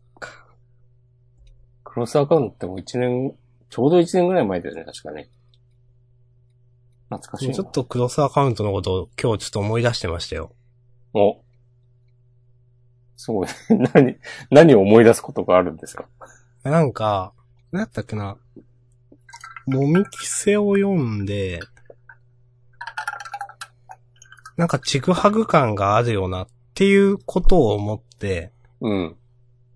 [SPEAKER 1] クロスアカウントも一年、ちょうど一年ぐらい前だよね、確かね。懐かしいな。
[SPEAKER 2] ちょっとクロスアカウントのことを今日ちょっと思い出してましたよ。
[SPEAKER 1] お。すごい。 何、何を思い出すことがあるんですか
[SPEAKER 2] なんか、何だったっけな。もみきせを読んで、なんかちぐはぐ感があるよなっていうことを思って、
[SPEAKER 1] うん。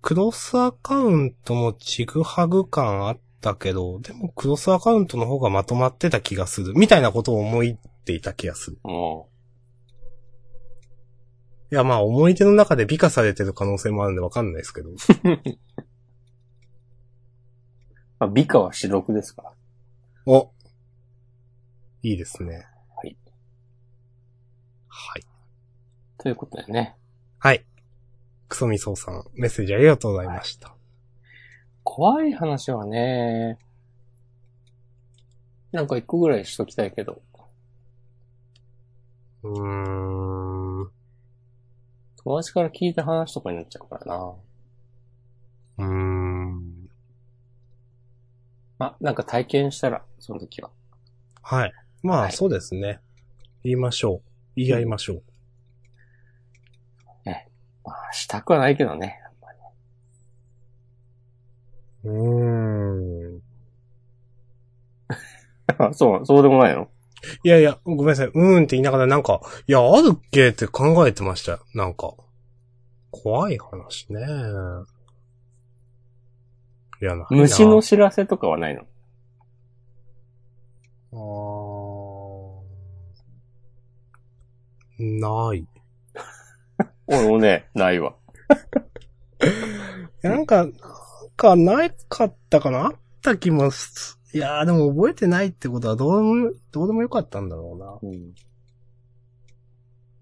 [SPEAKER 2] クロスアカウントもちぐはぐ感あったけど、でもクロスアカウントの方がまとまってた気がする。みたいなことを思いっていた気がする。
[SPEAKER 1] も
[SPEAKER 2] いや、まあ思い出の中で美化されてる可能性もあるんでわかんないですけど。
[SPEAKER 1] う。まあ、美化は主読ですから。
[SPEAKER 2] お。いいですね。
[SPEAKER 1] はい。
[SPEAKER 2] はい。
[SPEAKER 1] ということでね。
[SPEAKER 2] はい。クソミソウさん、メッセージありがとうございました。
[SPEAKER 1] 怖い話はね、なんか一個ぐらいしときたいけど、
[SPEAKER 2] うーん。う
[SPEAKER 1] 友達から聞いた話とかになっちゃうからな。
[SPEAKER 2] ーん。
[SPEAKER 1] まあ、なんか体験したら、その時は。
[SPEAKER 2] はい。まあ、
[SPEAKER 1] はい
[SPEAKER 2] そうですね。言いましょう。言い合いましょう。
[SPEAKER 1] まあ、したくはないけどね。
[SPEAKER 2] うーん。
[SPEAKER 1] そう、そうでもないの
[SPEAKER 2] いやいや、ごめんなさい。うーんって言いながらなんか、いや、あるっけって考えてましたよ。なんか。怖い話ね。いや、ないな
[SPEAKER 1] 虫の知らせとかはないの
[SPEAKER 2] あーない。
[SPEAKER 1] 俺もね、ないわ。
[SPEAKER 2] なんか、なんか、ないかったかなあった気もす。いやーでも覚えてないってことはどうでも、どうでもよかったんだろうな。
[SPEAKER 1] うん。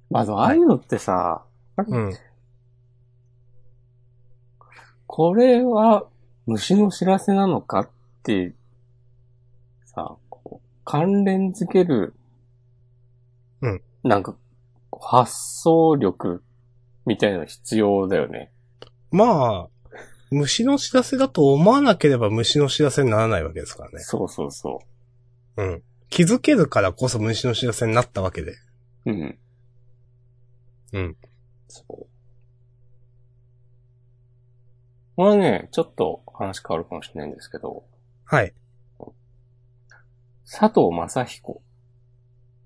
[SPEAKER 1] まあ、でもああいうのってさ、
[SPEAKER 2] うん。
[SPEAKER 1] これは虫の知らせなのかって、さ、こう関連づける、
[SPEAKER 2] うん。
[SPEAKER 1] なんか、発想力みたいなの必要だよね。
[SPEAKER 2] まあ、虫の知らせだと思わなければ虫の知らせにならないわけですからね。
[SPEAKER 1] そうそうそ
[SPEAKER 2] うん。気づけるからこそ虫の知らせになったわけで。
[SPEAKER 1] う。うん。
[SPEAKER 2] うん。
[SPEAKER 1] そう。これはね、ちょっと話変わるかもしれないんですけど、
[SPEAKER 2] はい。
[SPEAKER 1] 佐藤正彦。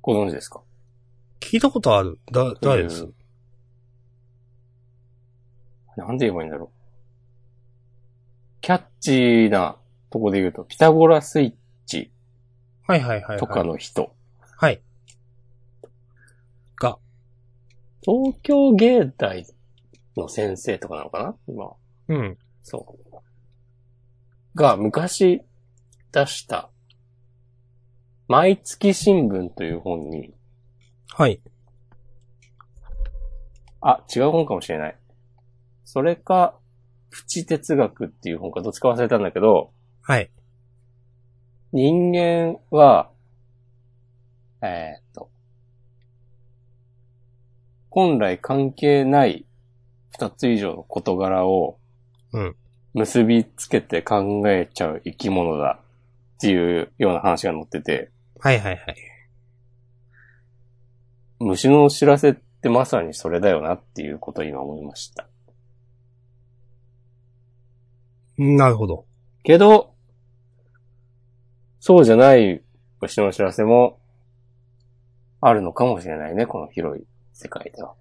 [SPEAKER 1] ご存知ですか
[SPEAKER 2] 聞いたことある。だ、誰です、
[SPEAKER 1] うんなんで言えばいいんだろう。キャッチーなとこで言うと、ピタゴラスイッチ
[SPEAKER 2] はいはいはい、はい。
[SPEAKER 1] とかの人。
[SPEAKER 2] はい。が、
[SPEAKER 1] 東京芸大の先生とかなのかな今。
[SPEAKER 2] うん。
[SPEAKER 1] そう。が、昔出した、毎月新聞という本に、
[SPEAKER 2] はい。
[SPEAKER 1] あ、違う本かもしれない。それか、プチ哲学っていう本か、どっちか忘れたんだけど、
[SPEAKER 2] はい。
[SPEAKER 1] 人間は、えーっと、本来関係ない二つ以上の事柄を
[SPEAKER 2] うん、
[SPEAKER 1] 結びつけて考えちゃう生き物だっていうような話が載ってて、
[SPEAKER 2] はいはいはい。
[SPEAKER 1] 虫の知らせってまさにそれだよなっていうことを今思いました。
[SPEAKER 2] なるほど。
[SPEAKER 1] けど、そうじゃない虫の知らせもあるのかもしれないね、この広い世界では。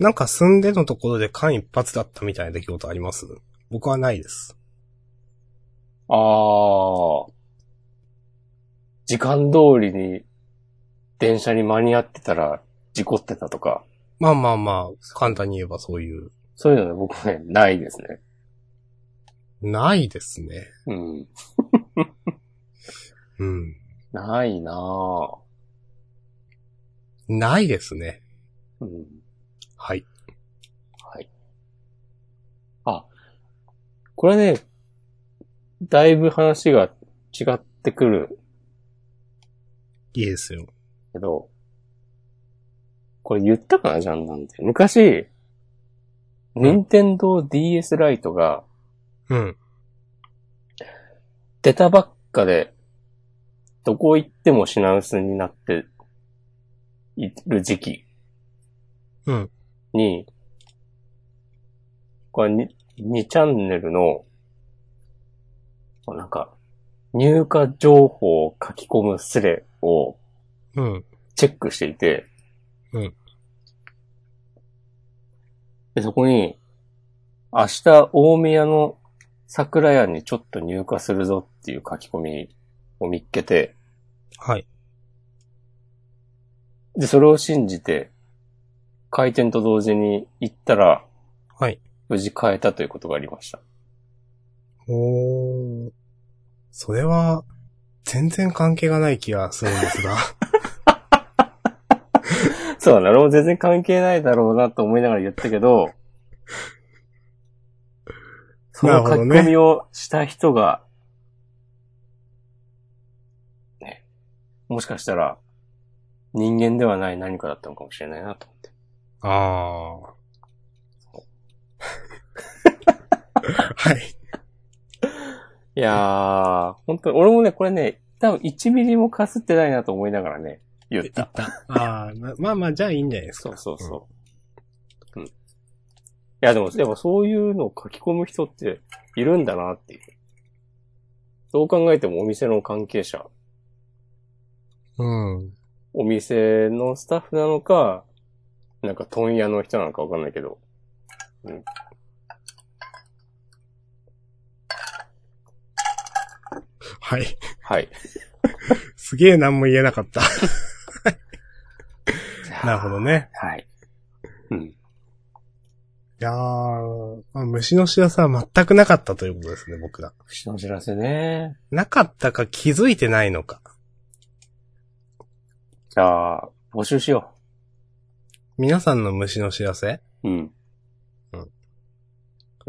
[SPEAKER 2] なんか住んでのところで間一髪だったみたいな出来事あります僕はないです。
[SPEAKER 1] ああ。時間通りに電車に間に合ってたら事故ってたとか、
[SPEAKER 2] まあまあまあ、簡単に言えばそういう。
[SPEAKER 1] そういうのね、僕ね、ないですね。
[SPEAKER 2] ないですね。
[SPEAKER 1] うん。
[SPEAKER 2] うん。
[SPEAKER 1] ないなぁ。
[SPEAKER 2] ないですね。
[SPEAKER 1] うん。
[SPEAKER 2] はい。
[SPEAKER 1] はい。あ、これね、だいぶ話が違ってくる
[SPEAKER 2] いいですよ。
[SPEAKER 1] けど、これ言ったかな、ジャンなんて。昔、任天堂 DS ライトが、
[SPEAKER 2] うん。
[SPEAKER 1] 出たばっかで、どこ行っても品薄になっている時期
[SPEAKER 2] うん。
[SPEAKER 1] に、これに 2, チャンネルの、こうなんか、入荷情報を書き込むスレを
[SPEAKER 2] うん。
[SPEAKER 1] チェックしていて、
[SPEAKER 2] うん。
[SPEAKER 1] で、そこに、明日大宮の桜屋にちょっと入荷するぞっていう書き込みを見っけて、
[SPEAKER 2] はい。
[SPEAKER 1] で、それを信じて、開店と同時に行ったら、
[SPEAKER 2] はい。
[SPEAKER 1] 無事買えたということがありました。
[SPEAKER 2] おー。それは、全然関係がない気がするんです が。
[SPEAKER 1] そうだな、俺も全然関係ないだろうなと思いながら言ったけど、そ
[SPEAKER 2] なる
[SPEAKER 1] の書
[SPEAKER 2] ほ
[SPEAKER 1] き
[SPEAKER 2] どね
[SPEAKER 1] 込みをした人が、ね、もしかしたら、人間ではない何かだったのかもしれないなと思って。
[SPEAKER 2] あ ー。はい。
[SPEAKER 1] いやー、本当に、俺もね、これね、多分1ミリもかすってないなと思いながらね、言っ。
[SPEAKER 2] 言ったた。ああ、なまあまあ、じゃあいいんじゃないです
[SPEAKER 1] そ
[SPEAKER 2] か。
[SPEAKER 1] うそうそう。うん。いや、でも、でもそういうのを書き込む人っているんだなっていう。どう考えてもお店の関係者、
[SPEAKER 2] うん。うん。
[SPEAKER 1] お店のスタッフなのか、なんか問屋の人なのかわかんないけど。うん。
[SPEAKER 2] はい。
[SPEAKER 1] はい。
[SPEAKER 2] すげえ何も言えなかった。なるほどね。
[SPEAKER 1] はい。うん。
[SPEAKER 2] いやー、まあ、虫の知らせは全くなかったということですね、僕ら。
[SPEAKER 1] 口の知らせね。
[SPEAKER 2] なかったか気づいてないのか。
[SPEAKER 1] じゃあ、募集しよ
[SPEAKER 2] 皆さんの虫の知らせ
[SPEAKER 1] う。うん。
[SPEAKER 2] うん
[SPEAKER 1] よ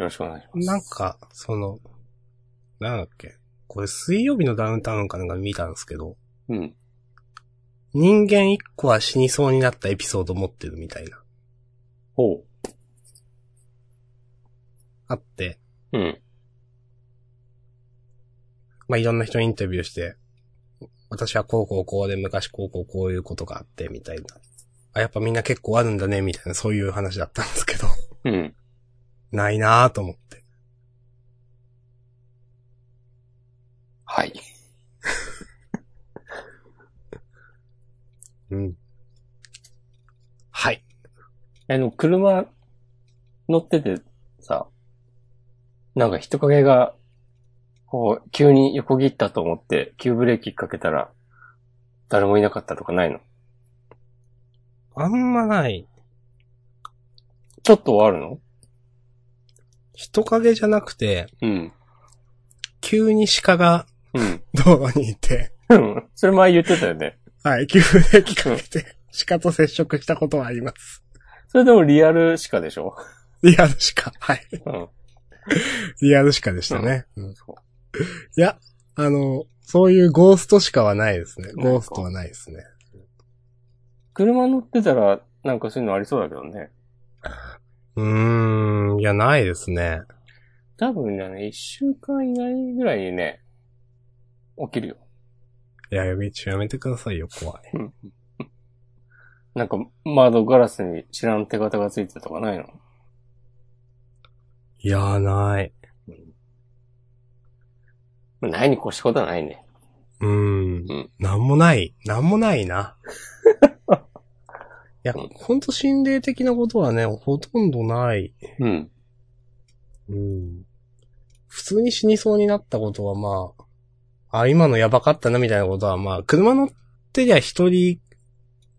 [SPEAKER 1] ろしくお願いします。
[SPEAKER 2] なんか、その、なんだっけ。これ水曜日のダウンタウンかなんか見たんですけど、
[SPEAKER 1] うん。
[SPEAKER 2] 人間一個は死にそうになったエピソード持ってるみたいな。
[SPEAKER 1] ほ
[SPEAKER 2] あって、
[SPEAKER 1] う。うん。
[SPEAKER 2] まあ、いろんな人にインタビューして、私はこうこうこうで昔こうこうこういうことがあって、みたいな。あ、やっぱみんな結構あるんだね、みたいな、そういう話だったんですけど。
[SPEAKER 1] うん。
[SPEAKER 2] ないなぁと思って。
[SPEAKER 1] はい。
[SPEAKER 2] うん。はい。
[SPEAKER 1] あの、車乗っててさ、なんか人影が、こう、急に横切ったと思って、急ブレーキかけたら、誰もいなかったとかないの
[SPEAKER 2] あんまない。
[SPEAKER 1] ちょっとはあるの
[SPEAKER 2] 人影じゃなくて、
[SPEAKER 1] うん。
[SPEAKER 2] 急に鹿が
[SPEAKER 1] うん。
[SPEAKER 2] 道路にいて、
[SPEAKER 1] うんそれ前言ってたよね。
[SPEAKER 2] はい、急ブレーキかけて、鹿と接触したことはあります。
[SPEAKER 1] それでもリアルしかでしょ
[SPEAKER 2] リアル鹿。はい。
[SPEAKER 1] うん。
[SPEAKER 2] リアル鹿でしたね。うん
[SPEAKER 1] そ
[SPEAKER 2] いや、あの、そういうゴースト鹿はないですね。
[SPEAKER 1] ないか
[SPEAKER 2] ゴーストはないですね。
[SPEAKER 1] 車乗ってたら、なんかそういうのありそうだけどね。
[SPEAKER 2] うーん、いや、ないですね。
[SPEAKER 1] 多分ね、一週間以内ぐらいにね、起きるよ。
[SPEAKER 2] いや、やめ、ちょやめてくださいよ、怖い。
[SPEAKER 1] なんか窓ガラスに知らん手形がついてたとかないの
[SPEAKER 2] いやー、ない。
[SPEAKER 1] ないに越したことはないね。
[SPEAKER 2] うー
[SPEAKER 1] うん
[SPEAKER 2] ん。なんもない。なんもない な。いや、ほんと心霊的なことはね、ほとんどない。
[SPEAKER 1] うん。
[SPEAKER 2] うん。普通に死にそうになったことはまあ、あ、今のやばかったなみたいなことはまあ、車乗ってりゃ一人、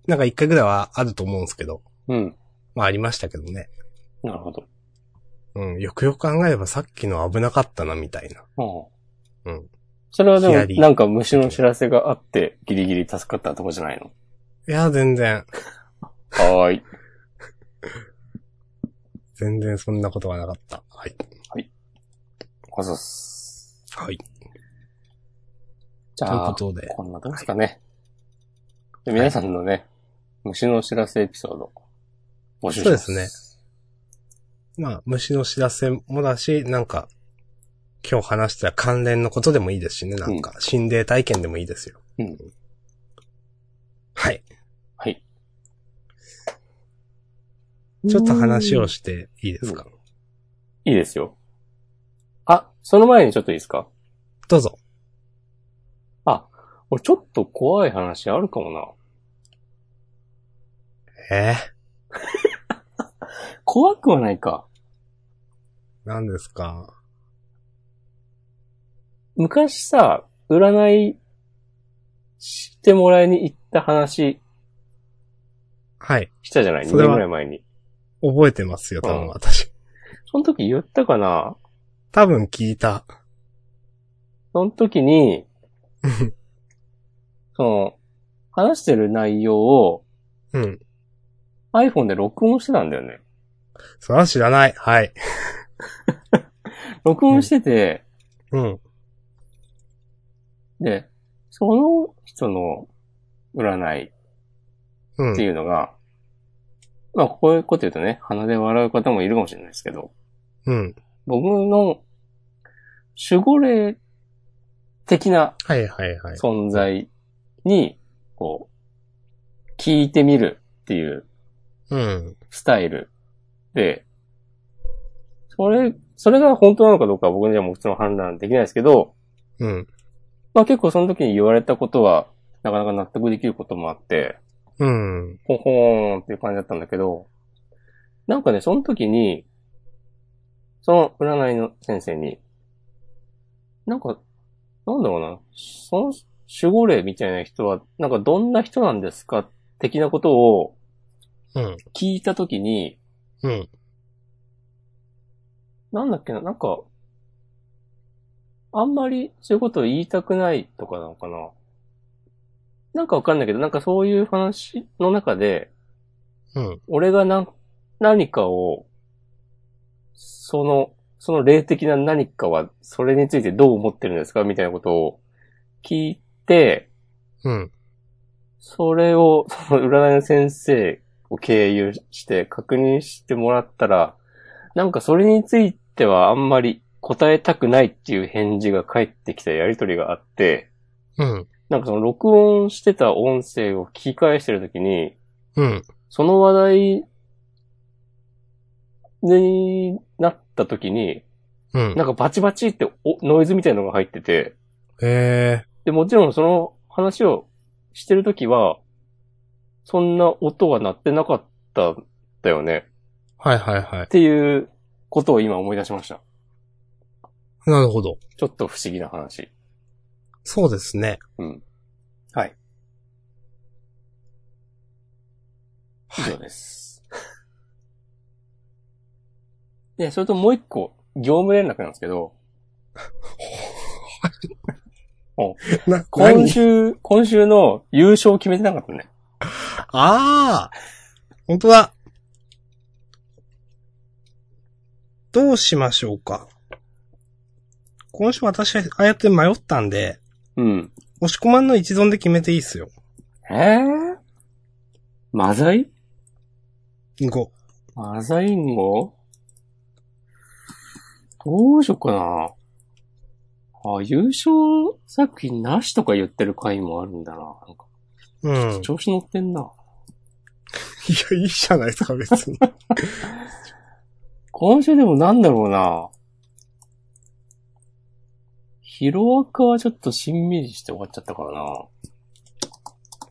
[SPEAKER 2] なんか一回ぐらいはあると思うんですけど。
[SPEAKER 1] うん。
[SPEAKER 2] まあありましたけどね。
[SPEAKER 1] なるほど。
[SPEAKER 2] うん。よくよく考えればさっきの危なかったなみたいな。
[SPEAKER 1] うん。
[SPEAKER 2] うん。
[SPEAKER 1] それはで
[SPEAKER 2] ヒヤ
[SPEAKER 1] も、
[SPEAKER 2] リ
[SPEAKER 1] なんか虫の知らせがあって、ギリギリ助かったとこじゃないの
[SPEAKER 2] いや、全然、
[SPEAKER 1] はーい。
[SPEAKER 2] 全然そんなことはなかった。はい。
[SPEAKER 1] あざっす。
[SPEAKER 2] はい。
[SPEAKER 1] じ
[SPEAKER 2] という
[SPEAKER 1] ゃ
[SPEAKER 2] こ
[SPEAKER 1] あ、
[SPEAKER 2] とで。
[SPEAKER 1] こんなとこですかね。で皆さんのね、虫の知らせエピソード、募集します。
[SPEAKER 2] そうですまあ、虫の知らせもだし、なんか、今日話した関連のことでもいいですしね、なんか、心霊体験でもいいですよ。
[SPEAKER 1] うん
[SPEAKER 2] はい。
[SPEAKER 1] はい。
[SPEAKER 2] ちょっと話をしていいですか、
[SPEAKER 1] いいですよ。あ、その前にちょっといいですか
[SPEAKER 2] どうぞ。
[SPEAKER 1] あ、俺ちょっと怖い話あるかもな。
[SPEAKER 2] え
[SPEAKER 1] 怖くはないか。
[SPEAKER 2] ー、何ですか
[SPEAKER 1] 昔さ、占いしてもらいに行った話
[SPEAKER 2] はい。
[SPEAKER 1] したじゃない
[SPEAKER 2] そ
[SPEAKER 1] ?2
[SPEAKER 2] れ
[SPEAKER 1] 年
[SPEAKER 2] は
[SPEAKER 1] ぐらい前に。
[SPEAKER 2] 覚えてますよ、多
[SPEAKER 1] うん
[SPEAKER 2] 分私。
[SPEAKER 1] その時言ったかな
[SPEAKER 2] 多分聞いた。
[SPEAKER 1] その時に、
[SPEAKER 2] うん
[SPEAKER 1] その、話してる内容を
[SPEAKER 2] うん。
[SPEAKER 1] iPhone で録音してたんだよね。
[SPEAKER 2] それは知らない。はい。
[SPEAKER 1] 録音してて、
[SPEAKER 2] うん。
[SPEAKER 1] で、その人の占いっ
[SPEAKER 2] うん。
[SPEAKER 1] ていうのが、まあ、こういうこと言うとね、鼻で笑う方もいるかもしれないですけど、
[SPEAKER 2] うん。
[SPEAKER 1] 僕の守護霊的な
[SPEAKER 2] はいはいはい。
[SPEAKER 1] 存在に、こう、聞いてみるっていう
[SPEAKER 2] うん。
[SPEAKER 1] スタイルで、それ、それが本当なのかどうかは僕にはもう普通の判断できないですけど、
[SPEAKER 2] うん。
[SPEAKER 1] まあ結構その時に言われたことは、なかなか納得できることもあって、
[SPEAKER 2] うん。
[SPEAKER 1] ほんほーんっていう感じだったんだけど、なんかね、その時に、その占いの先生に、なんか、なんだろうな、その守護霊みたいな人は、なんかどんな人なんですか的なことを
[SPEAKER 2] うん。
[SPEAKER 1] 聞いた時に、
[SPEAKER 2] うん。
[SPEAKER 1] なんだっけな、なんか、あんまりそういうことを言いたくないとかなのかな。なんかわかんないけど、なんかそういう話の中で、
[SPEAKER 2] うん。
[SPEAKER 1] 俺がな、何かを、その、その霊的な何かは、それについてどう思ってるんですかみたいなことを聞いて、
[SPEAKER 2] うん。
[SPEAKER 1] それを、その占いの先生を経由して確認してもらったら、なんかそれについてはあんまり答えたくないっていう返事が返ってきたやりとりがあって、
[SPEAKER 2] うん。
[SPEAKER 1] なんかその録音してた音声を聞き返してるときに、
[SPEAKER 2] うん。
[SPEAKER 1] その話題になったときに、
[SPEAKER 2] うん。
[SPEAKER 1] なんかバチバチっておノイズみたいなのが入ってて、
[SPEAKER 2] へえ。
[SPEAKER 1] で、もちろんその話をしてるときは、そんな音は鳴ってなかったんだよね。
[SPEAKER 2] はいはいはい
[SPEAKER 1] っ。ていうことを今思い出しました。
[SPEAKER 2] なるほど。
[SPEAKER 1] ちょっと不思議な話。
[SPEAKER 2] そうですね。
[SPEAKER 1] うん。はい。以
[SPEAKER 2] は
[SPEAKER 1] 上です。 で、それともう一個、業務連絡なんですけど、
[SPEAKER 2] い。 な、
[SPEAKER 1] 今
[SPEAKER 2] 何
[SPEAKER 1] 週、今週の優勝を決めてなかったね。
[SPEAKER 2] ああ本当だどうしましょうか。今週私、ああやって迷ったんで、
[SPEAKER 1] うん。
[SPEAKER 2] 押し込まんの一存で決めていいっすよ。
[SPEAKER 1] えー、マザイ
[SPEAKER 2] 5。
[SPEAKER 1] マザインゴどうしよっかな。あ、優勝作品なしとか言ってる回もあるんだな。なんか
[SPEAKER 2] うん。い
[SPEAKER 1] 調子乗ってんな。
[SPEAKER 2] や、いいじゃないですか、別に。
[SPEAKER 1] 今週でもなんだろうな。ヒロアカはちょっとしんみりして終わっちゃったからな。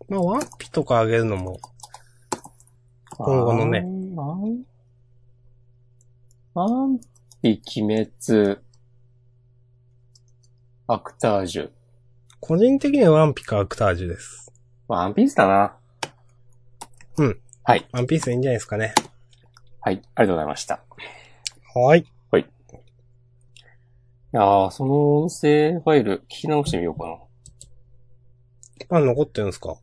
[SPEAKER 2] まあ、ワンピとかあげるのも。今後のね
[SPEAKER 1] あー。安否鬼滅、アクタージュ。
[SPEAKER 2] 個人的にはワンピかアクタージュです。
[SPEAKER 1] ワンピースだな。
[SPEAKER 2] ワンピースいいんじゃないですかね。
[SPEAKER 1] はい、ありがとうございました。
[SPEAKER 2] はい。
[SPEAKER 1] いやー、その音声ファイル聞き直してみようかな。
[SPEAKER 2] まあ、残ってるんですか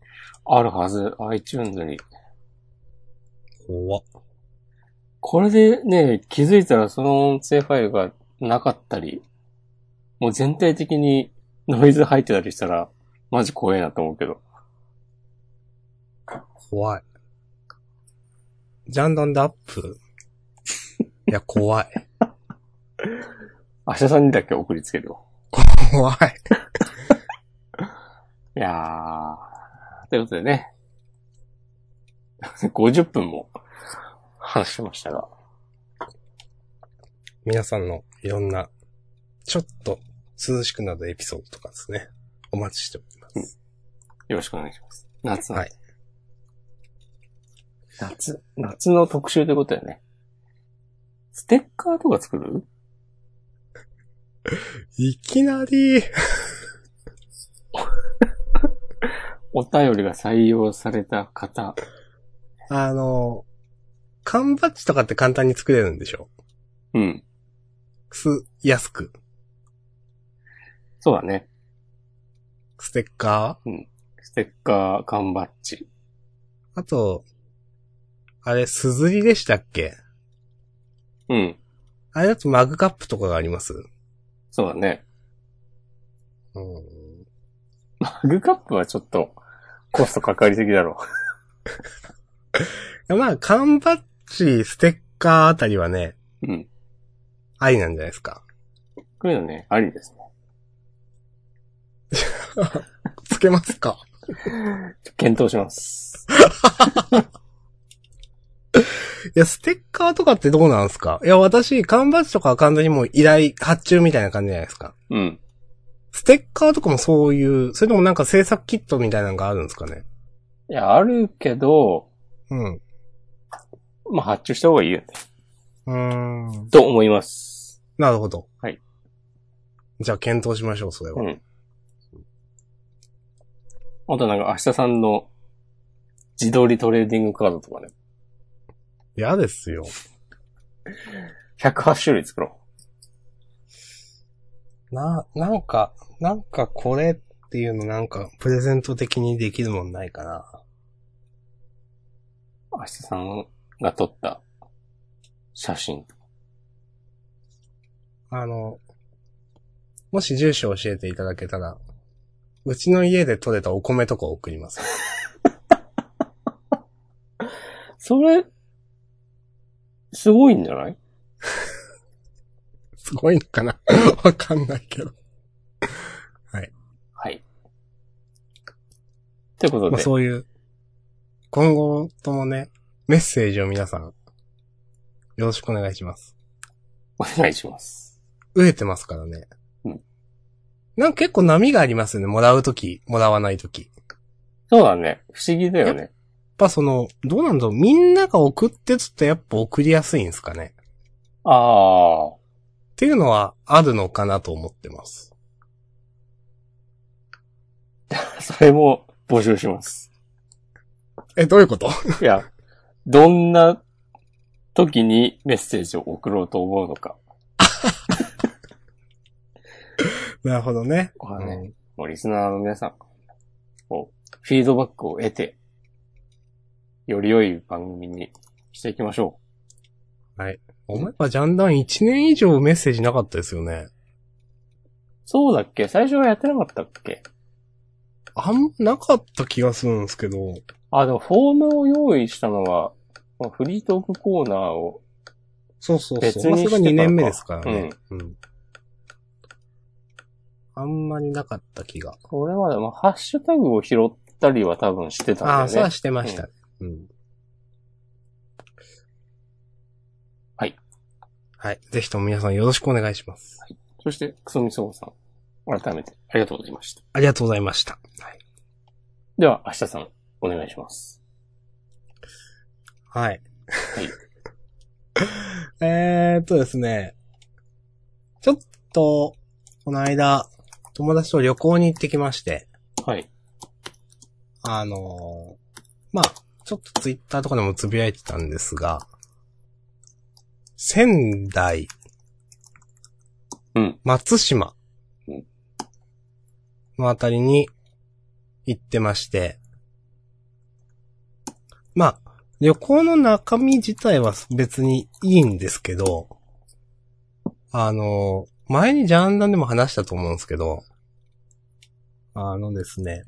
[SPEAKER 1] あるはず、iTunes に。
[SPEAKER 2] 怖っ
[SPEAKER 1] これでね、気づいたらその音声ファイルがなかったり、もう全体的にノイズ入ってたりしたら、マジ怖いなと思うけど。
[SPEAKER 2] 怖い。ジャンダンダップ。いや、怖い。
[SPEAKER 1] 明日さんにだけ送りつけるよ。
[SPEAKER 2] 怖い。
[SPEAKER 1] いやー。ということでね。50分も話しましたが。
[SPEAKER 2] 皆さんのいろんな、ちょっと涼しくなるエピソードとかですね。お待ちしております。
[SPEAKER 1] よろしくお願いします。夏の。
[SPEAKER 2] はい
[SPEAKER 1] 夏、夏の特集ということでね。ステッカーとか作る
[SPEAKER 2] いきなり、
[SPEAKER 1] お便りが採用された方。
[SPEAKER 2] あの、缶バッジとかって簡単に作れるんでしょ
[SPEAKER 1] うん。
[SPEAKER 2] す、安く。
[SPEAKER 1] そうだね。
[SPEAKER 2] ステッカ
[SPEAKER 1] ステッカー、缶バッジ。
[SPEAKER 2] ーあと、あれ、すずりでしたっけ
[SPEAKER 1] うん。
[SPEAKER 2] あれだとマグカップとかがあります
[SPEAKER 1] そうだね。
[SPEAKER 2] うん。
[SPEAKER 1] マグカップはちょっとコストかかりすぎだろ
[SPEAKER 2] まあ、缶バッジ、ステッカーあたりはね、
[SPEAKER 1] う。うん。
[SPEAKER 2] ありなんじゃないですか。
[SPEAKER 1] こういうのね、ありですね。
[SPEAKER 2] つけますか
[SPEAKER 1] 検討します。
[SPEAKER 2] いや、ステッカーとかってどうなんですかいや、私、缶バッジとかは完全にもう依頼、発注みたいな感じじゃないですか。
[SPEAKER 1] うん。
[SPEAKER 2] ステッカーとかもそういう、それともなんか制作キットみたいなのがあるんですかね
[SPEAKER 1] いや、あるけど、
[SPEAKER 2] うん。
[SPEAKER 1] まあ、発注した方がいいよね。
[SPEAKER 2] うーん。
[SPEAKER 1] と思います。
[SPEAKER 2] なるほど。
[SPEAKER 1] はい。
[SPEAKER 2] じゃあ、検討しましょう、それは。
[SPEAKER 1] うん。あとなんか、明日さんの自撮りトレーディングカードとかね。
[SPEAKER 2] 嫌ですよ。
[SPEAKER 1] 108種類作ろ
[SPEAKER 2] な、なんか、なんかこれっていうのなんか、プレゼント的にできるもんないかな。
[SPEAKER 1] う。明日さんが撮った写真。
[SPEAKER 2] あの、もし住所教えていただけたら、うちの家で採れたお米とか送ります。
[SPEAKER 1] それ、すごいんじゃない
[SPEAKER 2] すごいのかな わかんないけど。
[SPEAKER 1] はい。ということ
[SPEAKER 2] まあ
[SPEAKER 1] で、
[SPEAKER 2] そういう、今後ともね、メッセージを皆さん、よろしくお願いします。
[SPEAKER 1] お願いします。
[SPEAKER 2] 飢えてますからね。
[SPEAKER 1] うん
[SPEAKER 2] なんか結構波がありますよね。もらうとき、もらわないとき。やっ
[SPEAKER 1] そうだね。不思議だよね。
[SPEAKER 2] ぱその、どうなんだろう。みんなが送ってつってやっぱ送りやすいんですかね。
[SPEAKER 1] ああ。
[SPEAKER 2] っていうのはあるのかなと思ってます。
[SPEAKER 1] それも募集します。
[SPEAKER 2] え、どういうこと
[SPEAKER 1] いや、どんな時にメッセージを送ろうと思うのか。
[SPEAKER 2] なるほどね。
[SPEAKER 1] ここはね、もうリスナーの皆さん、こうフィードバックを得て、より良い番組にしていきましょ
[SPEAKER 2] 思えばジャンダン1年以上メッセージなかったですよね。
[SPEAKER 1] う。そうだっけ最初はやってなかったっけ
[SPEAKER 2] あん、なかった気がするんですけど。
[SPEAKER 1] あ、でもフォームを用意したのは、まあフリートークコーナーを、
[SPEAKER 2] そうそうそう。
[SPEAKER 1] 別に
[SPEAKER 2] まあそれが
[SPEAKER 1] してからか
[SPEAKER 2] 2年目ですからね。うん。あんまりなかった気が。
[SPEAKER 1] これまで、まあ、ハッシュタグを拾ったりは多分してたんだよね。
[SPEAKER 2] ああ、そうはしてました。うん。
[SPEAKER 1] はい。
[SPEAKER 2] はい。ぜひとも皆さんよろしくお願いします。
[SPEAKER 1] そして、クソミソウさん、改めてありがとうございました。
[SPEAKER 2] ありがとうございました。はい。
[SPEAKER 1] では、明日さん、お願いします。
[SPEAKER 2] はい。 えーっとですね。ちょっと、この間、友達と旅行に行ってきまして、
[SPEAKER 1] はい。
[SPEAKER 2] あのーまあ、ちょっとツイッターとかでもつぶやいてたんですが、仙台、
[SPEAKER 1] うん
[SPEAKER 2] 松島
[SPEAKER 1] うん
[SPEAKER 2] のあたりに行ってまして、まあ、旅行の中身自体は別にいいんですけど、あの、前にジャンダンでも話したと思うんですけど、あのですね、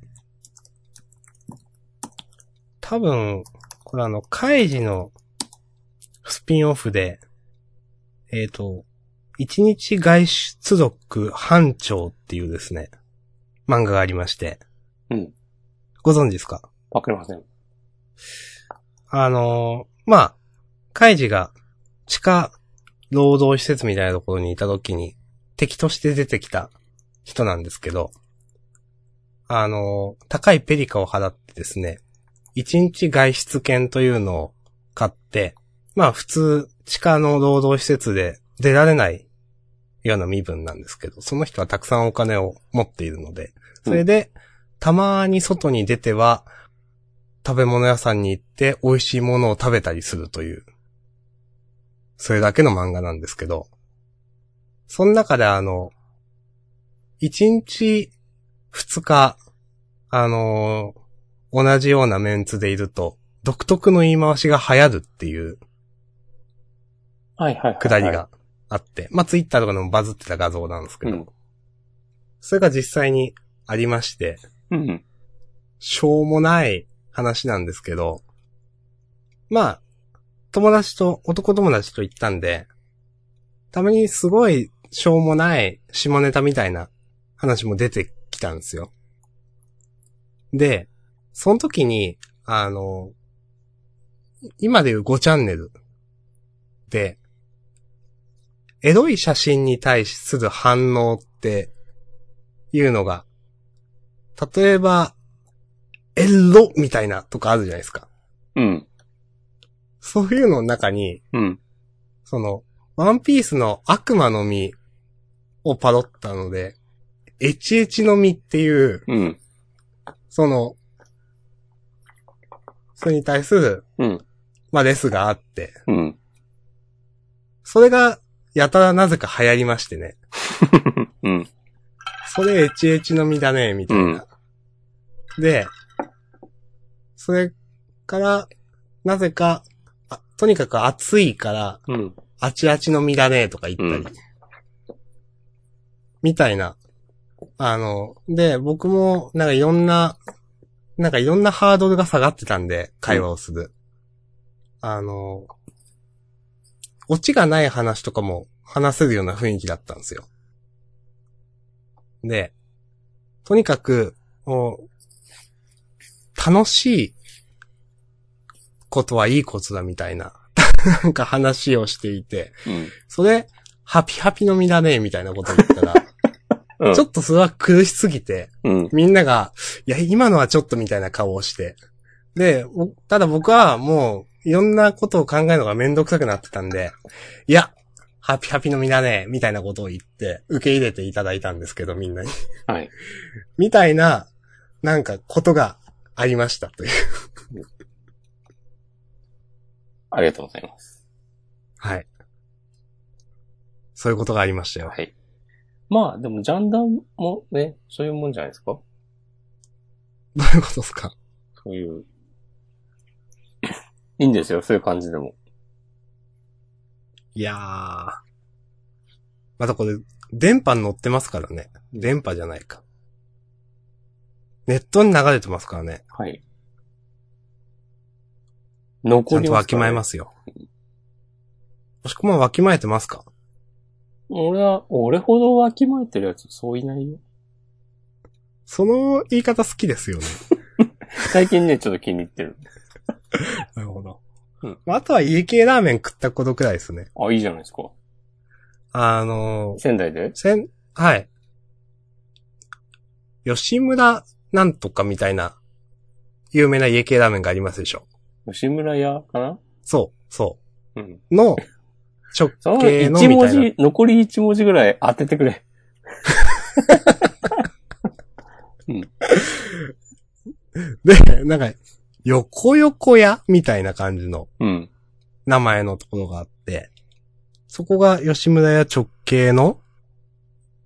[SPEAKER 2] 多分、これあの、カイジのスピンオフで、えっ、と、一日外出族班長っていうですね、漫画がありまして。
[SPEAKER 1] うん。
[SPEAKER 2] ご存知ですか
[SPEAKER 1] わかりません。
[SPEAKER 2] あのーまあ、カイジが地下労働施設みたいなところにいた時に敵として出てきた人なんですけど、あのー高いペリカを払ってですね、一日外出券というのを買って、まあ普通地下の労働施設で出られないような身分なんですけど、その人はたくさんお金を持っているので、それで、たまに外に出ては、食べ物屋さんに行って美味しいものを食べたりするという、それだけの漫画なんですけど、その中であの、1日2日、あのー同じようなメンツでいると、独特の言い回しが流行るっていう
[SPEAKER 1] はいはいはい、はい。
[SPEAKER 2] くだりがあって、まあツイッターとかでもバズってた画像なんですけ
[SPEAKER 1] う
[SPEAKER 2] ど、
[SPEAKER 1] ん。
[SPEAKER 2] それが実際にありまして、
[SPEAKER 1] うん。
[SPEAKER 2] しょうもない話なんですけど、まあ、友達と、男友達と行ったんで、たまにすごいしょうもない下ネタみたいな話も出てきたんですよ。で、その時に、あの、今でいう5チャンネルで、エロい写真に対する反応っていうのが、例えば、エロみたいなとかあるじゃないですか。
[SPEAKER 1] うん。
[SPEAKER 2] そういうのの中に、
[SPEAKER 1] うん。
[SPEAKER 2] その、ワンピースの悪魔の実をパロったので、エチエチの実っていう、
[SPEAKER 1] うん。
[SPEAKER 2] その、それに対する、
[SPEAKER 1] うん。
[SPEAKER 2] まあ、レスがあって、
[SPEAKER 1] うん。
[SPEAKER 2] それが、やたらなぜか流行りましてね。
[SPEAKER 1] うん。
[SPEAKER 2] それエチエチの実だね、みたいな。で、それから、なぜか、あとにかく暑いから、
[SPEAKER 1] うん。
[SPEAKER 2] あちあちの実だね、とか言ったり。
[SPEAKER 1] う
[SPEAKER 2] みたいな。あの、で、僕も、なんかいろんな、なんかいろんなハードルが下がってたんで、会話をする。あの、オチがない話とかも話せるような雰囲気だったんですよ。で、とにかく、もう、楽しいことはいいことだみたいな、なんか話をしていて、
[SPEAKER 1] うん。
[SPEAKER 2] それ、ハピハピの実だね、みたいなこと言ったら、
[SPEAKER 1] うん
[SPEAKER 2] ちょっとそれは苦しすぎて、
[SPEAKER 1] うん。
[SPEAKER 2] みんなが、いや、今のはちょっとみたいな顔をして。で、おただ僕はもう、いろんなことを考えるのがめんどくさくなってたんで、いや、ハピハピの実だね、みたいなことを言って、受け入れていただいたんですけど、みんなに。
[SPEAKER 1] はい。
[SPEAKER 2] みたいな、なんか、ことがありました、という。
[SPEAKER 1] ありがとうございます。
[SPEAKER 2] はい。そういうことがありましたよ。
[SPEAKER 1] はい。まあ、でも、ジャンダンもね、そういうもんじゃないですか
[SPEAKER 2] どういうことですか
[SPEAKER 1] そういう。いいんですよ、そういう感じでも。
[SPEAKER 2] いやー。またこれ、電波に乗ってますからね。電波じゃないか。ネットに流れてますからね。
[SPEAKER 1] はい。残
[SPEAKER 2] ちゃん
[SPEAKER 1] り
[SPEAKER 2] と
[SPEAKER 1] ま
[SPEAKER 2] わ
[SPEAKER 1] す
[SPEAKER 2] き
[SPEAKER 1] か
[SPEAKER 2] ま
[SPEAKER 1] ら
[SPEAKER 2] え
[SPEAKER 1] ね
[SPEAKER 2] ますよ。もしくはわきまえてますか
[SPEAKER 1] 俺は、俺ほどわきまえてるやつ、そういないよ。
[SPEAKER 2] その言い方好きで すよね。
[SPEAKER 1] 最近ね、ちょっと気に入ってる。
[SPEAKER 2] なるほど。
[SPEAKER 1] うん
[SPEAKER 2] まあ、あとは家系ラーメン食ったことくらいですね。
[SPEAKER 1] あ、いいじゃないですか。
[SPEAKER 2] あのー、
[SPEAKER 1] 仙台で
[SPEAKER 2] せん、はい。吉村なんとかみたいな、有名な家系ラーメンがありますでしょ。
[SPEAKER 1] 吉村屋かな
[SPEAKER 2] そう、そう。
[SPEAKER 1] うん。
[SPEAKER 2] の直
[SPEAKER 1] その
[SPEAKER 2] 径
[SPEAKER 1] 一
[SPEAKER 2] のみ
[SPEAKER 1] 文
[SPEAKER 2] たいな。
[SPEAKER 1] 字、残り一文字ぐらい当ててくれ。
[SPEAKER 2] で、なんか、横横屋みたいな感じの
[SPEAKER 1] うん。
[SPEAKER 2] 名前のところがあって、そこが吉村屋直系の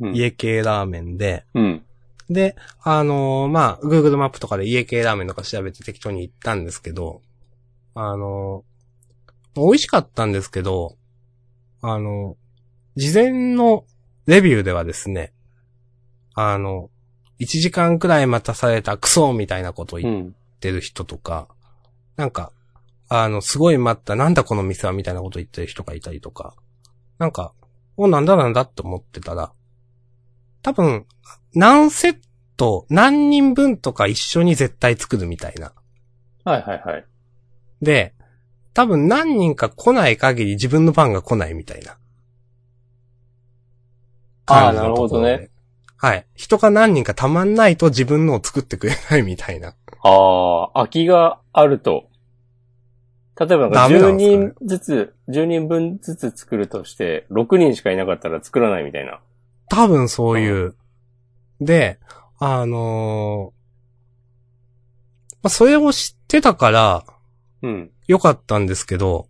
[SPEAKER 1] うん。
[SPEAKER 2] 家系ラーメンで、
[SPEAKER 1] うん。
[SPEAKER 2] で、あのーまあ、Google マップとかで家系ラーメンとか調べて適当に行ったんですけど、あのー美味しかったんですけど、あのー事前のレビューではですね、あの、1時間くらい待たされたクソみたいなことを
[SPEAKER 1] う
[SPEAKER 2] 言っ
[SPEAKER 1] ん。
[SPEAKER 2] ってる人とか、なんか、あの、すごい待った、なんだこの店はみたいなこと言ってる人がいたりとか、なんか、お、なんだなんだって思ってたら、多分、何セット、何人分とか一緒に絶対作るみたいな。
[SPEAKER 1] はいはいはい。
[SPEAKER 2] で、多分何人か来ない限り自分の番が来ないみたいな。
[SPEAKER 1] あー
[SPEAKER 2] 感じのところで
[SPEAKER 1] なるほどね。
[SPEAKER 2] はい。人が何人かたまんないと自分のを作ってくれないみたいな。
[SPEAKER 1] ああ、空きがあると。例えばなんか
[SPEAKER 2] ダメな
[SPEAKER 1] 10
[SPEAKER 2] んですかね
[SPEAKER 1] 人ずつ、10人分ずつ作るとして、6人しかいなかったら作らないみたいな。
[SPEAKER 2] 多分そういう。で、あのーまあ、それを知ってたから、
[SPEAKER 1] うん。
[SPEAKER 2] 良かったんですけど、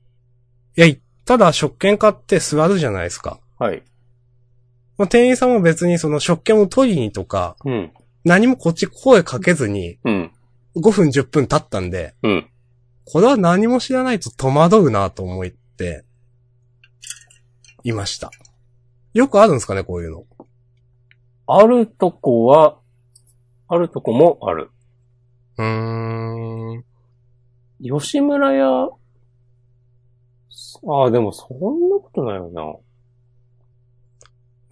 [SPEAKER 2] いや、行っただ食券買って座るじゃないですか。
[SPEAKER 1] はい。
[SPEAKER 2] まあ、店員さんも別にその食券を取りにとか、
[SPEAKER 1] うん。
[SPEAKER 2] 何もこっち声かけずに、
[SPEAKER 1] うん。
[SPEAKER 2] 5分10分経ったんで、
[SPEAKER 1] うん。
[SPEAKER 2] これは何も知らないと戸惑うなと思って、いました。よくあるんですかね、こういうの。
[SPEAKER 1] あるとこは、あるとこもある。
[SPEAKER 2] うーん。
[SPEAKER 1] 吉村屋、ああ、でもそんなことないよ
[SPEAKER 2] な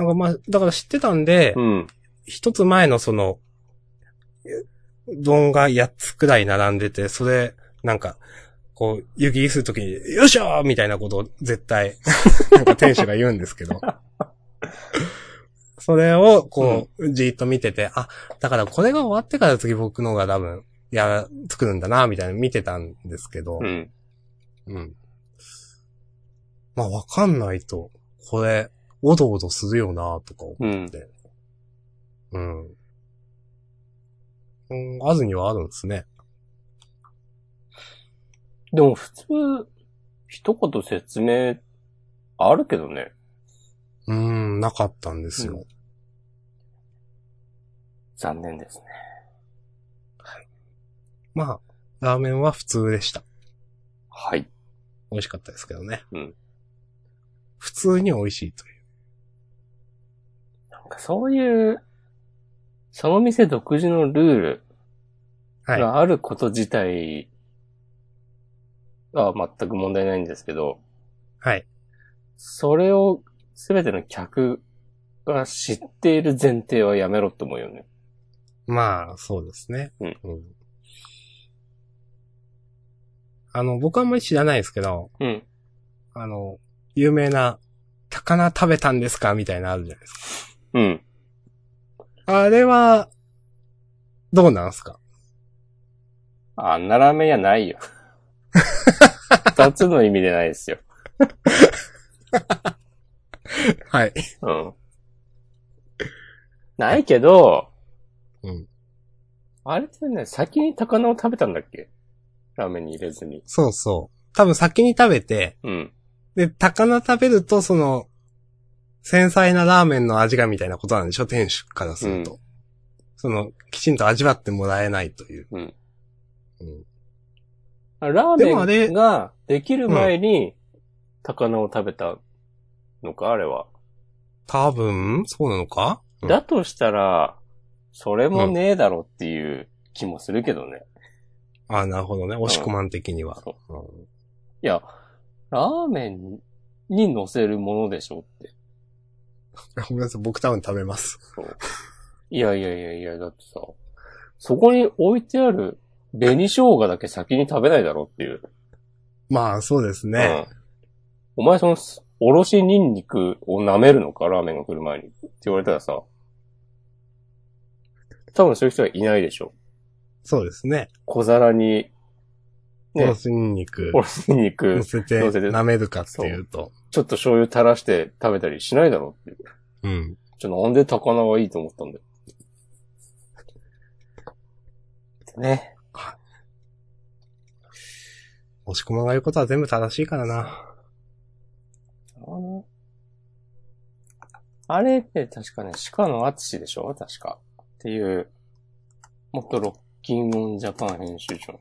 [SPEAKER 2] んかまあ、だから知ってたんで、
[SPEAKER 1] な。うん。
[SPEAKER 2] 一つ前のその、丼が8つくらい並んでて、それ、なんか、こう、湯切りするときに、よいしょーみたいなことを絶対、 なんか店主が言うんですけど。 それを、こう、じーっと見てて、あ、だからこれが終わってから次僕のが多分、やら、作るんだな、みたいなの見てたんですけど。
[SPEAKER 1] うん。
[SPEAKER 2] うん。まあ、わかんないと、これ、おどおどするよな、とか思
[SPEAKER 1] うん。
[SPEAKER 2] うん。うん、あずにはあるんですね。
[SPEAKER 1] でも普通、一言説明、あるけどね。
[SPEAKER 2] うん、なかったんですよ。
[SPEAKER 1] 残念ですね。
[SPEAKER 2] まあ、ラーメンは普通でした。
[SPEAKER 1] はい。
[SPEAKER 2] 美味しかったですけどね。
[SPEAKER 1] うん
[SPEAKER 2] 普通に美味しいという。
[SPEAKER 1] なんかそういう、その店独自のルール
[SPEAKER 2] はい
[SPEAKER 1] があること自体は全く問題ないんですけど、
[SPEAKER 2] はい。
[SPEAKER 1] それを全ての客が知っている前提はやめろって思うよね。
[SPEAKER 2] まあ、そうですね。
[SPEAKER 1] うん
[SPEAKER 2] あの、僕はあんまり知らないですけど、
[SPEAKER 1] うん。
[SPEAKER 2] あの、有名な、高菜食べたんですかみたいなのあるじゃないです
[SPEAKER 1] うん。
[SPEAKER 2] か。あれは、どうなんすか
[SPEAKER 1] あんなラーメン屋ない よ。二つの意味でないですよ。
[SPEAKER 2] はい。
[SPEAKER 1] うん。ないけど、
[SPEAKER 2] うん。
[SPEAKER 1] あれってね、先に高菜を食べたんだっけラーメンに入れずに。
[SPEAKER 2] そうそう。多分先に食べて、
[SPEAKER 1] うん。
[SPEAKER 2] で、高菜食べると、その、繊細なラーメンの味がみたいなことなんでしょ店主からすると。
[SPEAKER 1] う
[SPEAKER 2] その、きちんと味わってもらえないという。
[SPEAKER 1] うん
[SPEAKER 2] うん
[SPEAKER 1] ラー
[SPEAKER 2] でもあ
[SPEAKER 1] メ
[SPEAKER 2] れ
[SPEAKER 1] ンができる前に、高菜を食べたのか、あれは。
[SPEAKER 2] 多分、そうなのかうん
[SPEAKER 1] だとしたら、それもねえだろっていう気もするけどね。
[SPEAKER 2] ああ、なるほどね。押し込まん的には。
[SPEAKER 1] そう
[SPEAKER 2] うん
[SPEAKER 1] いや、ラーメンに乗せるものでしょって。
[SPEAKER 2] ごめんなさい、僕多分食べます。
[SPEAKER 1] いやいやいやいや、だってさ、そこに置いてある紅生姜だけ先に食べないだろっていう。
[SPEAKER 2] まあ、そうですね。
[SPEAKER 1] うんお前その、おろしニンニクを舐めるのかラーメンが来る前に。って言われたらさ、多分そういう人はいないでしょ。
[SPEAKER 2] そうですね。
[SPEAKER 1] 小皿に、
[SPEAKER 2] お
[SPEAKER 1] ね
[SPEAKER 2] ろ、しニンニク
[SPEAKER 1] お、ろしニンニク
[SPEAKER 2] 乗、せて、
[SPEAKER 1] 乗せて
[SPEAKER 2] 舐めるかっていうと。
[SPEAKER 1] ちょっと醤油垂らして食べたりしないだろうっていう。
[SPEAKER 2] うん。
[SPEAKER 1] ちょ、なんで高菜はいいと思ったんだよ。ね。
[SPEAKER 2] 押し込まんが言うことは全部正しいからな。
[SPEAKER 1] あの、あれって確かね、鹿野敦でしょ確か。っていう、元ロッキンオンジャパン編集長。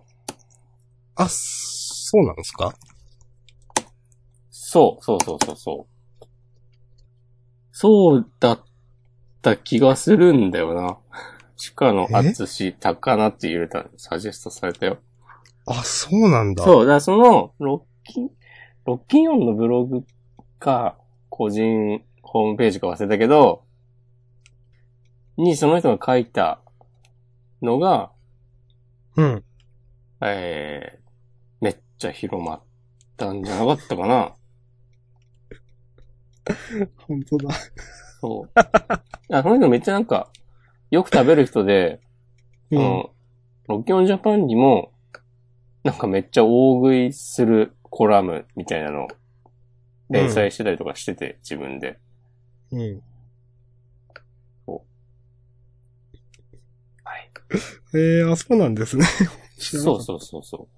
[SPEAKER 2] あ、そうなんですか
[SPEAKER 1] そう、そうそうそうそう。そうだった気がするんだよな。鹿野敦、高菜って入れたのサジェストされたよ。
[SPEAKER 2] あ、そうなんだ。
[SPEAKER 1] そう、だからその、ロッキン、ロッキンオンのブログか、個人ホームページか忘れたけど、にその人が書いたのが、
[SPEAKER 2] うん。
[SPEAKER 1] えー、めっちゃ広まったんじゃなかったかな。
[SPEAKER 2] 本当だ。
[SPEAKER 1] そう。あその人めっちゃなんか、よく食べる人で、あ
[SPEAKER 2] うん。
[SPEAKER 1] のロッキンオンジャパンにも、なんかめっちゃ大食いするコラムみたいなのを連載してたりとかしてて、自分で。
[SPEAKER 2] うん。
[SPEAKER 1] はい。
[SPEAKER 2] えー、あ、そうなんですね。知らなか
[SPEAKER 1] そ
[SPEAKER 2] っ
[SPEAKER 1] う
[SPEAKER 2] た
[SPEAKER 1] そうそうそ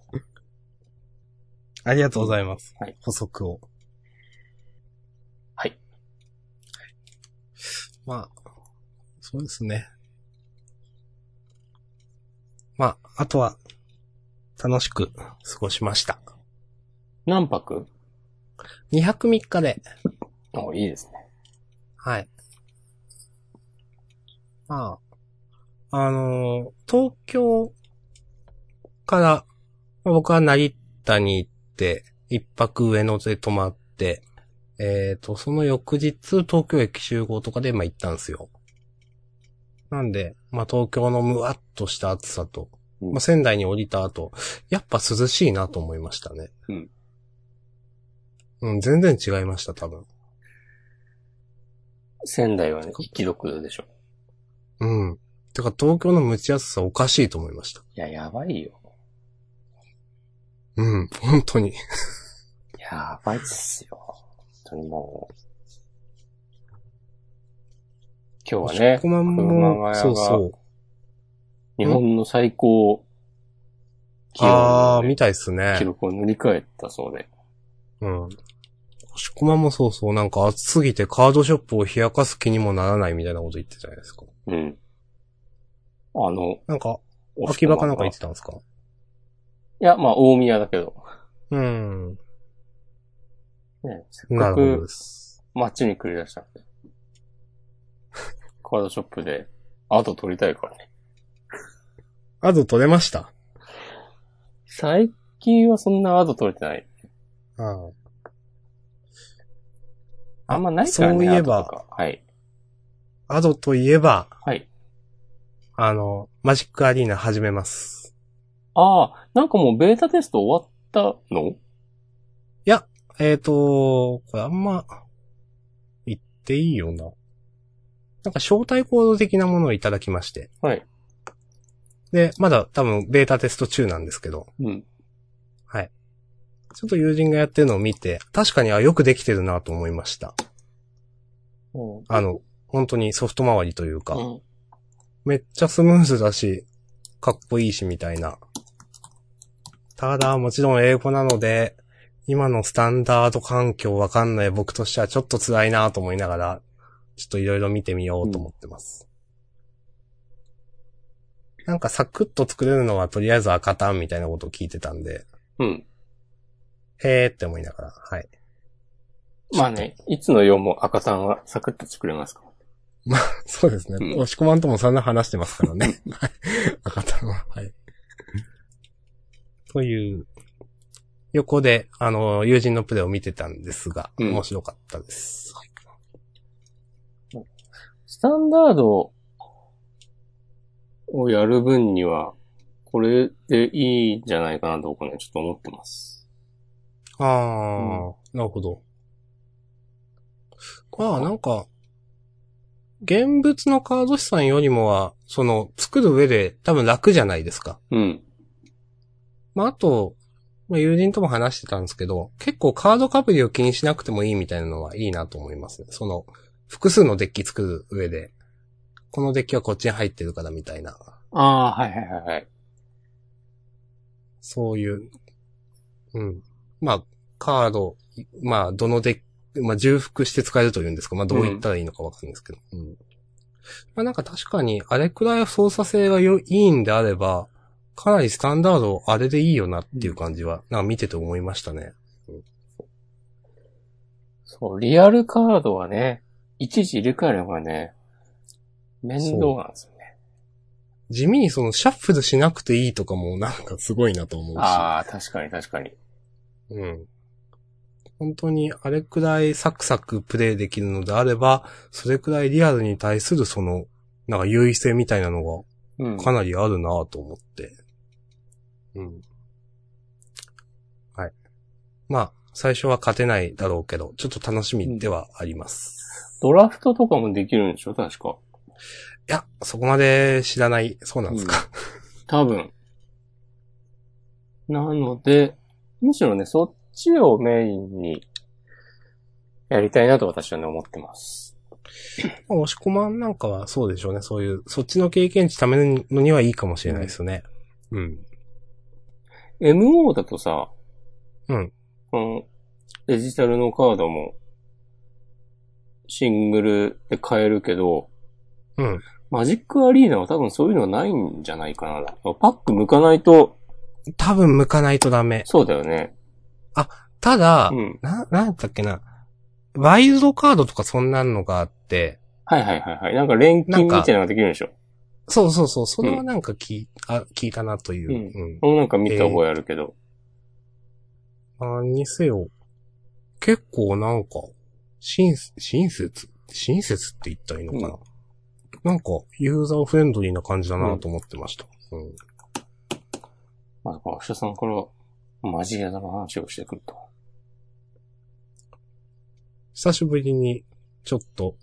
[SPEAKER 2] ありがとうございます。
[SPEAKER 1] はい
[SPEAKER 2] 補足を。
[SPEAKER 1] はい。
[SPEAKER 2] まあ、そうですね。まあ、あとは、楽しく過ごしました。
[SPEAKER 1] う。何泊
[SPEAKER 2] 2泊3日で、
[SPEAKER 1] あ、いいですね。
[SPEAKER 2] はい。まあ、あのー東京から、まあ僕は成田に行って、一泊上野で泊まって、えっ、と、その翌日、東京駅集合とかで、まあ行ったんですよ。なんで、まあ、東京のムワッとした暑さと、
[SPEAKER 1] うん
[SPEAKER 2] まあ、仙台に降りた後、やっぱ涼しいなと思いましたね。
[SPEAKER 1] うん。
[SPEAKER 2] うん、全然違いました、多分。
[SPEAKER 1] 仙台はね、1.6度でしょ。
[SPEAKER 2] うん。てか、東京の蒸し暑さおかしいと思いました。
[SPEAKER 1] いや、やばいよ。
[SPEAKER 2] うん、本当に。
[SPEAKER 1] やばいっすよ。本当にもう。今日はね、
[SPEAKER 2] マン
[SPEAKER 1] 熊
[SPEAKER 2] も、
[SPEAKER 1] 谷が
[SPEAKER 2] そうそう。
[SPEAKER 1] 日本の最高気
[SPEAKER 2] あ
[SPEAKER 1] 温
[SPEAKER 2] あ、見たいっすね
[SPEAKER 1] 記。録を塗り替えたそうで。
[SPEAKER 2] うん。星駒もそうそう、なんか暑すぎてカードショップを冷やかす気にもならないみたいなこと言ってたじゃないですか。
[SPEAKER 1] うん。あの、
[SPEAKER 2] なんか、
[SPEAKER 1] お
[SPEAKER 2] 秋葉かなんか言ってたんですか
[SPEAKER 1] いや、まあ、大宮だけど。
[SPEAKER 2] うん。
[SPEAKER 1] ね、せっ
[SPEAKER 2] な
[SPEAKER 1] か
[SPEAKER 2] るほど
[SPEAKER 1] く
[SPEAKER 2] です。
[SPEAKER 1] 街に繰り出したんで。 カードショップで、アート撮りたいからね。
[SPEAKER 2] あと取れました。
[SPEAKER 1] 最近はそんなアート撮れてない。
[SPEAKER 2] あ
[SPEAKER 1] あんまないからね。
[SPEAKER 2] そういえば
[SPEAKER 1] アドとか。はい。
[SPEAKER 2] あ。アドといえば、
[SPEAKER 1] はい。
[SPEAKER 2] あの、マジックアリーナ始めます。
[SPEAKER 1] ああ、なんかもうベータテスト終わったの
[SPEAKER 2] えーと、これあんま、言っていいよな。なんか招待コード的なものをいただきまして。
[SPEAKER 1] はい。
[SPEAKER 2] で、まだ多分ベータテスト中なんですけど、
[SPEAKER 1] うん。
[SPEAKER 2] ちょっと友人がやってるのを見て、確かにあよくできてるなと思いました。あの、本当にソフト周りというか、
[SPEAKER 1] うん、
[SPEAKER 2] めっちゃスムーズだし、かっこいいしみたいな。ただ、もちろん英語なので、今のスタンダード環境わかんない僕としてはちょっと辛いなと思いながら、ちょっといろいろ見てみようと思ってます。なんかサクッと作れるのはとりあえず赤タンみたいなことを聞いてたんで、
[SPEAKER 1] うん。
[SPEAKER 2] へーって思いながら、はい。
[SPEAKER 1] まあね、いつの世も赤さんはサクッと作れますから。
[SPEAKER 2] そうですね。
[SPEAKER 1] うん
[SPEAKER 2] 押し込まんともそんな話してますから ね。はい。赤たは。はい。という、横で、あの、友人のプレイを見てたんですが、
[SPEAKER 1] うん
[SPEAKER 2] 面白かったです。はい
[SPEAKER 1] スタンダードをやる分には、これでいいんじゃないかなと僕ね、ちょっと思ってます。
[SPEAKER 2] ああ、なるほど。まあ、なんか、現物のカード資産よりもは、その、作る上で多分楽じゃないですか。
[SPEAKER 1] うん。
[SPEAKER 2] まあ、あと、まあ、友人とも話してたんですけど、結構カード被りを気にしなくてもいいみたいなのはいいなと思いますね。その、複数のデッキ作る上で、このデッキはこっちに入ってるからみたいな、
[SPEAKER 1] ああ、はいはいはいはい。
[SPEAKER 2] そういう、うん。まあ、カード、まあ、どのデッキ、まあ、重複して使えるというんですか、まあ、どう言ったらいいのかわかんないですけど。うん。まあ、なんか確かに、あれくらい操作性がよいいんであれば、かなりスタンダード、あれでいいよなっていう感じは、なんか見てて思いましたね。
[SPEAKER 1] そう、リアルカードはね、一時入れ替えればね、面倒なんですよね。
[SPEAKER 2] 地味にそのシャッフルしなくていいとかもなんかすごいなと思うし。
[SPEAKER 1] ああ、確かに確かに。
[SPEAKER 2] うん。本当にあれくらいサクサクプレイできるのであれば、それくらいリアルに対するその、なんか優位性みたいなの
[SPEAKER 1] うん
[SPEAKER 2] が。かなりあるなと思って。うん。はい。まあ、最初は勝てないだろうけど、ちょっと楽しみではあります。
[SPEAKER 1] ドラフトとかもできるんでしょ確か。
[SPEAKER 2] いや、そこまで知らない、そうなんですか。
[SPEAKER 1] 多分。なので、むしろね、そっちをメインにやりたいなと私はね、思ってます。
[SPEAKER 2] まあ押し込まんなんかはそうでしょうね。そういう、そっちの経験値ためるのにはいいかもしれないですよね。うん。
[SPEAKER 1] MO だとさ、
[SPEAKER 2] うん。
[SPEAKER 1] このデジタルのカードもシングルで買えるけど、
[SPEAKER 2] うん。
[SPEAKER 1] マジックアリーナは多分そういうのはないんじゃないかな。パック向かないと、
[SPEAKER 2] 多分向かないとダメ。
[SPEAKER 1] そうだよね。
[SPEAKER 2] ただ、
[SPEAKER 1] うん。
[SPEAKER 2] な、なんだっけな。ワイルドカードとかそんなんのがあって、
[SPEAKER 1] はいはいはいはい。なんか錬金みたいなのができるんでしょ
[SPEAKER 2] そうそうそう、それはなんか聞い、あ聞いたなという。
[SPEAKER 1] う
[SPEAKER 2] うん。
[SPEAKER 1] 俺もなんか見た覚えあるけど。
[SPEAKER 2] まあ、にせよ、結構なんか、親切、親切親切って言ったらいいのかな。なんか、ユーザーフレンドリーな感じだなと思ってました。うん。
[SPEAKER 1] まさか、明日さんから、マジやだの話をしてくると。
[SPEAKER 2] 久しぶりに、ちょっと、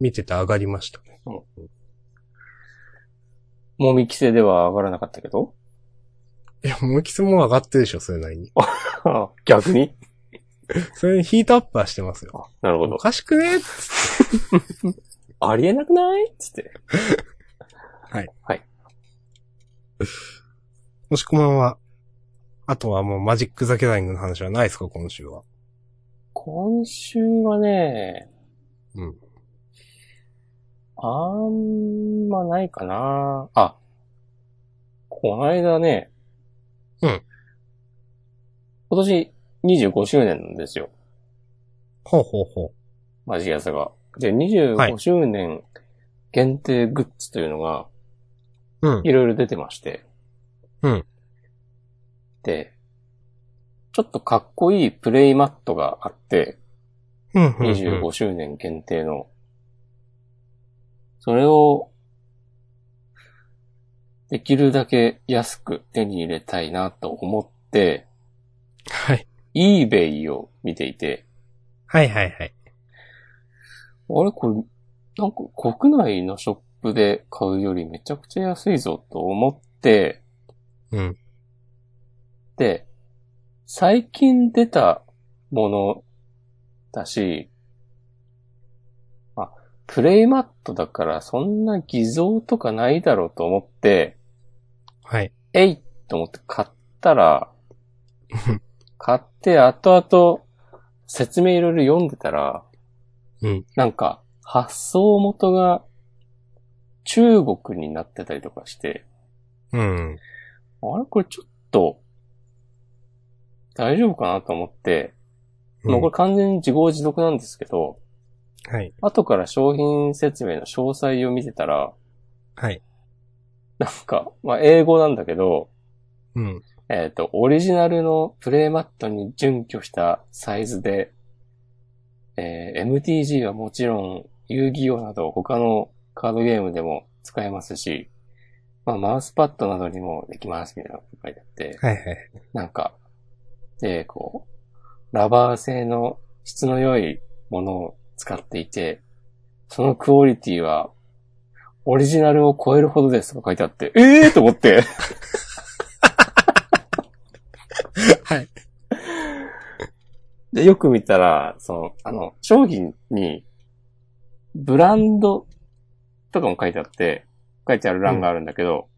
[SPEAKER 2] 見てて上がりましたね。
[SPEAKER 1] もみ規制では上がらなかったけど
[SPEAKER 2] いや、もうきつも上がってるでしょ、それなりに。
[SPEAKER 1] 逆に
[SPEAKER 2] それにヒートアップはしてますよ。
[SPEAKER 1] なるほ
[SPEAKER 2] お
[SPEAKER 1] ど。
[SPEAKER 2] かしくね
[SPEAKER 1] ありえなくないつって。
[SPEAKER 2] もしこまんは、あとはもうマジック・ザ・ギャザリングの話はないですか、今週は。
[SPEAKER 1] 今週はね、
[SPEAKER 2] うん。
[SPEAKER 1] あんまないかな。あ、この間ね。
[SPEAKER 2] うん。
[SPEAKER 1] 今年25周年なんですよ。
[SPEAKER 2] ほうほうほう。
[SPEAKER 1] マジヤサが。で、
[SPEAKER 2] はい
[SPEAKER 1] 25周年限定グッズというのが、
[SPEAKER 2] うん。
[SPEAKER 1] いろいろ出てまして。
[SPEAKER 2] うん。
[SPEAKER 1] で、ちょっとかっこいいプレイマットがあって、
[SPEAKER 2] うんうんうん。
[SPEAKER 1] 25周年限定の。それを、できるだけ安く手に入れたいなと思って、
[SPEAKER 2] はい。
[SPEAKER 1] eBay を見ていて、
[SPEAKER 2] はいはいはい。
[SPEAKER 1] あれこれ、なんか国内のショップで買うよりめちゃくちゃ安いぞと思って、
[SPEAKER 2] うん。
[SPEAKER 1] で、最近出たものだし、あ、プレイマットだからそんな偽造とかないだろうと思って、
[SPEAKER 2] はい。
[SPEAKER 1] えいと思って買った ら、買って後々説明いろいろ読んでたら、
[SPEAKER 2] うん
[SPEAKER 1] なんか発送元が中国になってたりとかして、
[SPEAKER 2] うん。
[SPEAKER 1] あれこれちょっと、大丈夫かなと思って、もうこれ完全に自業自得なんですけど、
[SPEAKER 2] うんはい。
[SPEAKER 1] 後から商品説明の詳細を見てたら、
[SPEAKER 2] はい。
[SPEAKER 1] なんか、まあ、英語なんだけど、
[SPEAKER 2] うん。
[SPEAKER 1] えっ、と、オリジナルのプレイマットに準拠したサイズで、えー MTG はもちろん、遊戯王など他のカードゲームでも使えますし、まあ、マウスパッドなどにもできます、みたいなこと書いてあって、
[SPEAKER 2] はいはい。
[SPEAKER 1] なんか、で、こう、ラバー製の質の良いものを使っていて、そのクオリティは、オリジナルを超えるほどですとか書いてあって、ええー、と思って。
[SPEAKER 2] はい。
[SPEAKER 1] で、よく見たら、その、あの、商品に、ブランドとかも書いてあって、書いてある欄があるんだけど、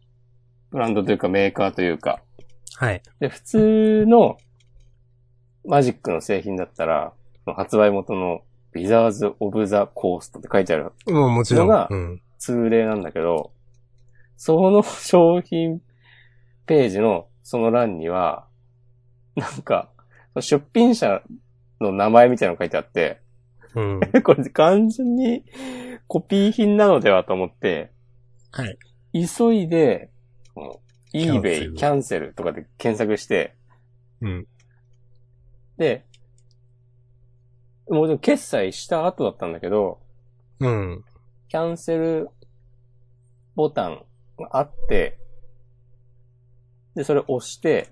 [SPEAKER 1] ブランドというかメーカーというか、
[SPEAKER 2] はい。
[SPEAKER 1] で、普通のマジックの製品だったら、その発売元のビザーズ・オブ・ザ・コーストって書いてある
[SPEAKER 2] もうもちろん。
[SPEAKER 1] のが
[SPEAKER 2] うん。
[SPEAKER 1] 通例なんだけど、その商品ページのその欄には、なんか、出品者の名前みたいなの書いてあって、
[SPEAKER 2] うん。
[SPEAKER 1] これ完全にコピー品なのではと思って、
[SPEAKER 2] はい。
[SPEAKER 1] 急いで、この
[SPEAKER 2] ャンセル
[SPEAKER 1] eBay キャンセルとかで検索して、
[SPEAKER 2] うん。
[SPEAKER 1] で、もうでも決済した後だったんだけど、
[SPEAKER 2] うん。
[SPEAKER 1] キャンセルボタンがあって、で、それ押して、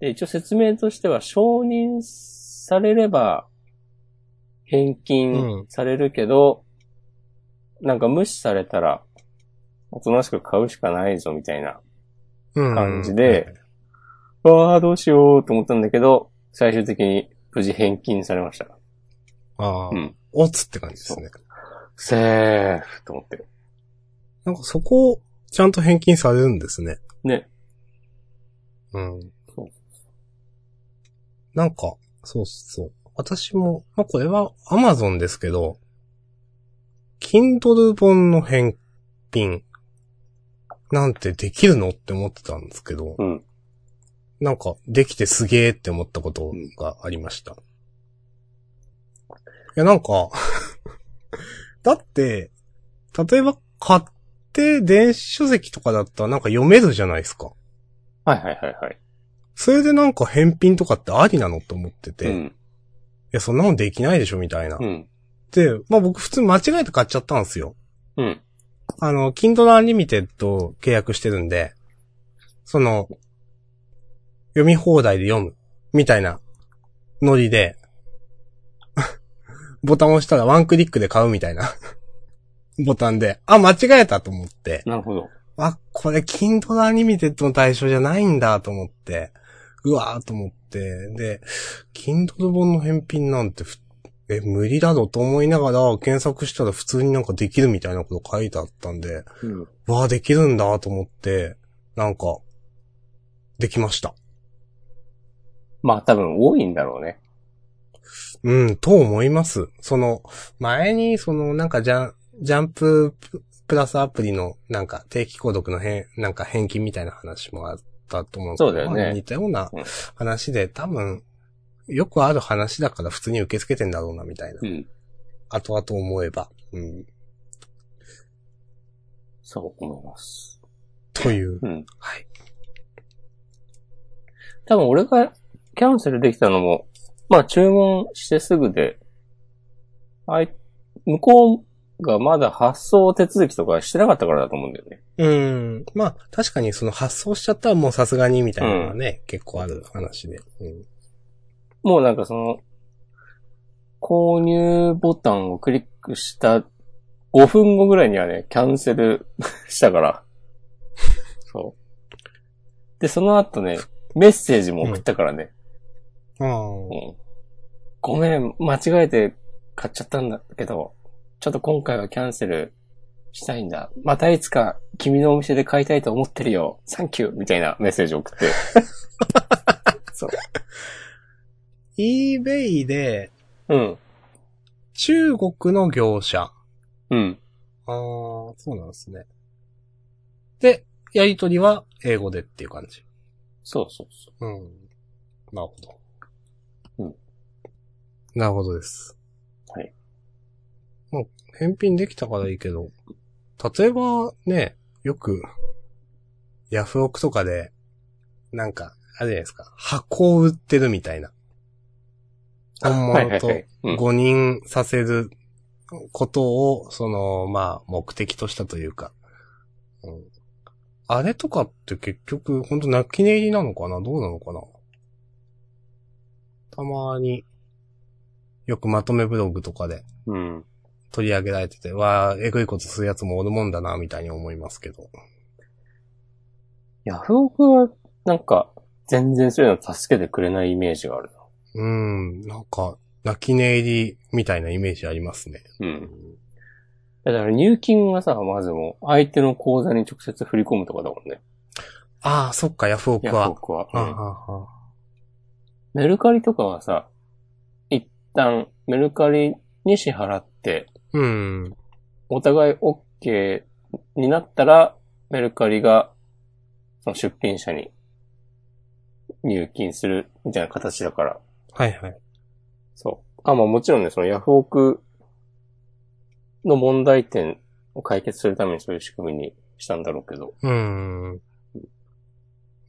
[SPEAKER 1] で、一応説明としては承認されれば返
[SPEAKER 2] う
[SPEAKER 1] 金
[SPEAKER 2] ん
[SPEAKER 1] されるけど、なんか無視されたらおとなしく買うしかないぞみたいな
[SPEAKER 2] うん。
[SPEAKER 1] 感じで、わあ、どうしようと思ったんだけど、最終的に無事返金されました。
[SPEAKER 2] ああ
[SPEAKER 1] うん。
[SPEAKER 2] おつって感じですね。
[SPEAKER 1] セーフと思って。
[SPEAKER 2] なんかそこをちゃんと返金されるんですね。
[SPEAKER 1] ね。
[SPEAKER 2] うん
[SPEAKER 1] そう。
[SPEAKER 2] なんか、そうそう。私も、まあ、これは Amazon ですけど、Kindle 本の返品なんてできるのって思ってたんですけど、
[SPEAKER 1] うん。
[SPEAKER 2] なんかできてすげえって思ったことがありました。いや、なんか、 だって、例えば買って電子書籍とかだったらなんか読めるじゃないですか。
[SPEAKER 1] はいはいはいはい。
[SPEAKER 2] それでなんか返品とかってありなのと思ってて、
[SPEAKER 1] う
[SPEAKER 2] い
[SPEAKER 1] ん。
[SPEAKER 2] や、そんなもんできないでしょみたいな。
[SPEAKER 1] うん。
[SPEAKER 2] って、まあ僕普通間違えて買っちゃったんですよ。
[SPEAKER 1] うん。
[SPEAKER 2] あの、Kindle Unlimited を契約してるんで、その、読み放題で読む、みたいな、ノリで、 ボタンを押したらワンクリックで買うみたいな、 ボタンで、あ、間違えたと思って、
[SPEAKER 1] なるほど。
[SPEAKER 2] あ、これ、キンドラリミテッドの対象じゃないんだと思って、うわーと思って、で、キンドル本の返品なんてふ、え、無理だろうと思いながら検索したら普通になんかできるみたいなこと書いてあったんで、
[SPEAKER 1] うん。
[SPEAKER 2] わーできるんだと思って、なんか、できました。
[SPEAKER 1] まあ多分多いんだろうね。
[SPEAKER 2] うん、と思います。その、前に、その、なんかジャン、ジャンプププラスアプリの、なんか、定期購読の返、なんか返金みたいな話もあったと思うんですけど
[SPEAKER 1] そうだよね
[SPEAKER 2] まあ似たような
[SPEAKER 1] うん
[SPEAKER 2] 話で、多分、よくある話だから普通に受け付けてんだろうな、みたいな。
[SPEAKER 1] うん。
[SPEAKER 2] 後々思えば。うん。
[SPEAKER 1] そう思います。
[SPEAKER 2] という。
[SPEAKER 1] うん。
[SPEAKER 2] はい。
[SPEAKER 1] 多分俺がキャンセルできたのも、まあ注文してすぐで、あい、向こうがまだ発送手続きとかしてなかったからだと思うんだよね。
[SPEAKER 2] うん。まあ、確かにその発送しちゃったらもうさすがに、みたいなのはね、結構ある話で。うん。
[SPEAKER 1] もうなんかその、購入ボタンをクリックした5分後ぐらいにはね、キャンセルしたから。そう。で、その後ね、メッセージも送ったからね。
[SPEAKER 2] あ
[SPEAKER 1] う
[SPEAKER 2] あ。
[SPEAKER 1] んごめん、間違えて買っちゃったんだけど、ちょっと今回はキャンセルしたいんだ。またいつか君のお店で買いたいと思ってるよ。サンキューみたいなメッセージを送って。
[SPEAKER 2] eBay で、
[SPEAKER 1] うん。
[SPEAKER 2] 中国の業者。
[SPEAKER 1] うん。
[SPEAKER 2] ああ、そうなんですね。で、やりとりは英語でっていう感じ。
[SPEAKER 1] そうそうそ
[SPEAKER 2] うん。なるほど。
[SPEAKER 1] うん。
[SPEAKER 2] なるほどです。
[SPEAKER 1] はい。
[SPEAKER 2] まあ、返品できたからいいけど、例えばね、よく、ヤフオクとかで、なんか、あれじゃないですか、箱を売ってるみたいな。
[SPEAKER 1] う。
[SPEAKER 2] 本
[SPEAKER 1] はいは
[SPEAKER 2] 物
[SPEAKER 1] い
[SPEAKER 2] と
[SPEAKER 1] はい。うん
[SPEAKER 2] 誤認させることを、その、まあ、目的としたというか。うんあれとかって結局、本当泣き寝入りなのかなどうなのかなたまに、よくまとめブログとかで
[SPEAKER 1] うん。
[SPEAKER 2] 取り上げられてて、わー、えぐいことするやつもおるもんだな、みたいに思いますけど。
[SPEAKER 1] ヤフオクは、なんか、全然そういうの助けてくれないイメージがある
[SPEAKER 2] うーん、なんか、泣き寝入りみたいなイメージありますね。
[SPEAKER 1] な。うん。だから入金はさ、まずもう、相手の口座に直接振り込むとかだもんね。
[SPEAKER 2] ああ、そっか、ヤフオク
[SPEAKER 1] ヤ
[SPEAKER 2] は。
[SPEAKER 1] フオクは。
[SPEAKER 2] あ
[SPEAKER 1] う
[SPEAKER 2] ー
[SPEAKER 1] ん
[SPEAKER 2] はーはー
[SPEAKER 1] メルカリとかはさ、一旦メルカリに支払って、
[SPEAKER 2] うん。
[SPEAKER 1] お互い OK になったら、メルカリが、その出品者に入金するみたいな形だから。
[SPEAKER 2] はいはい。
[SPEAKER 1] そう。あ、まあもちろんね、そのヤフオクの問題点を解決するためにそういう仕組みにしたんだろうけど。
[SPEAKER 2] うーん。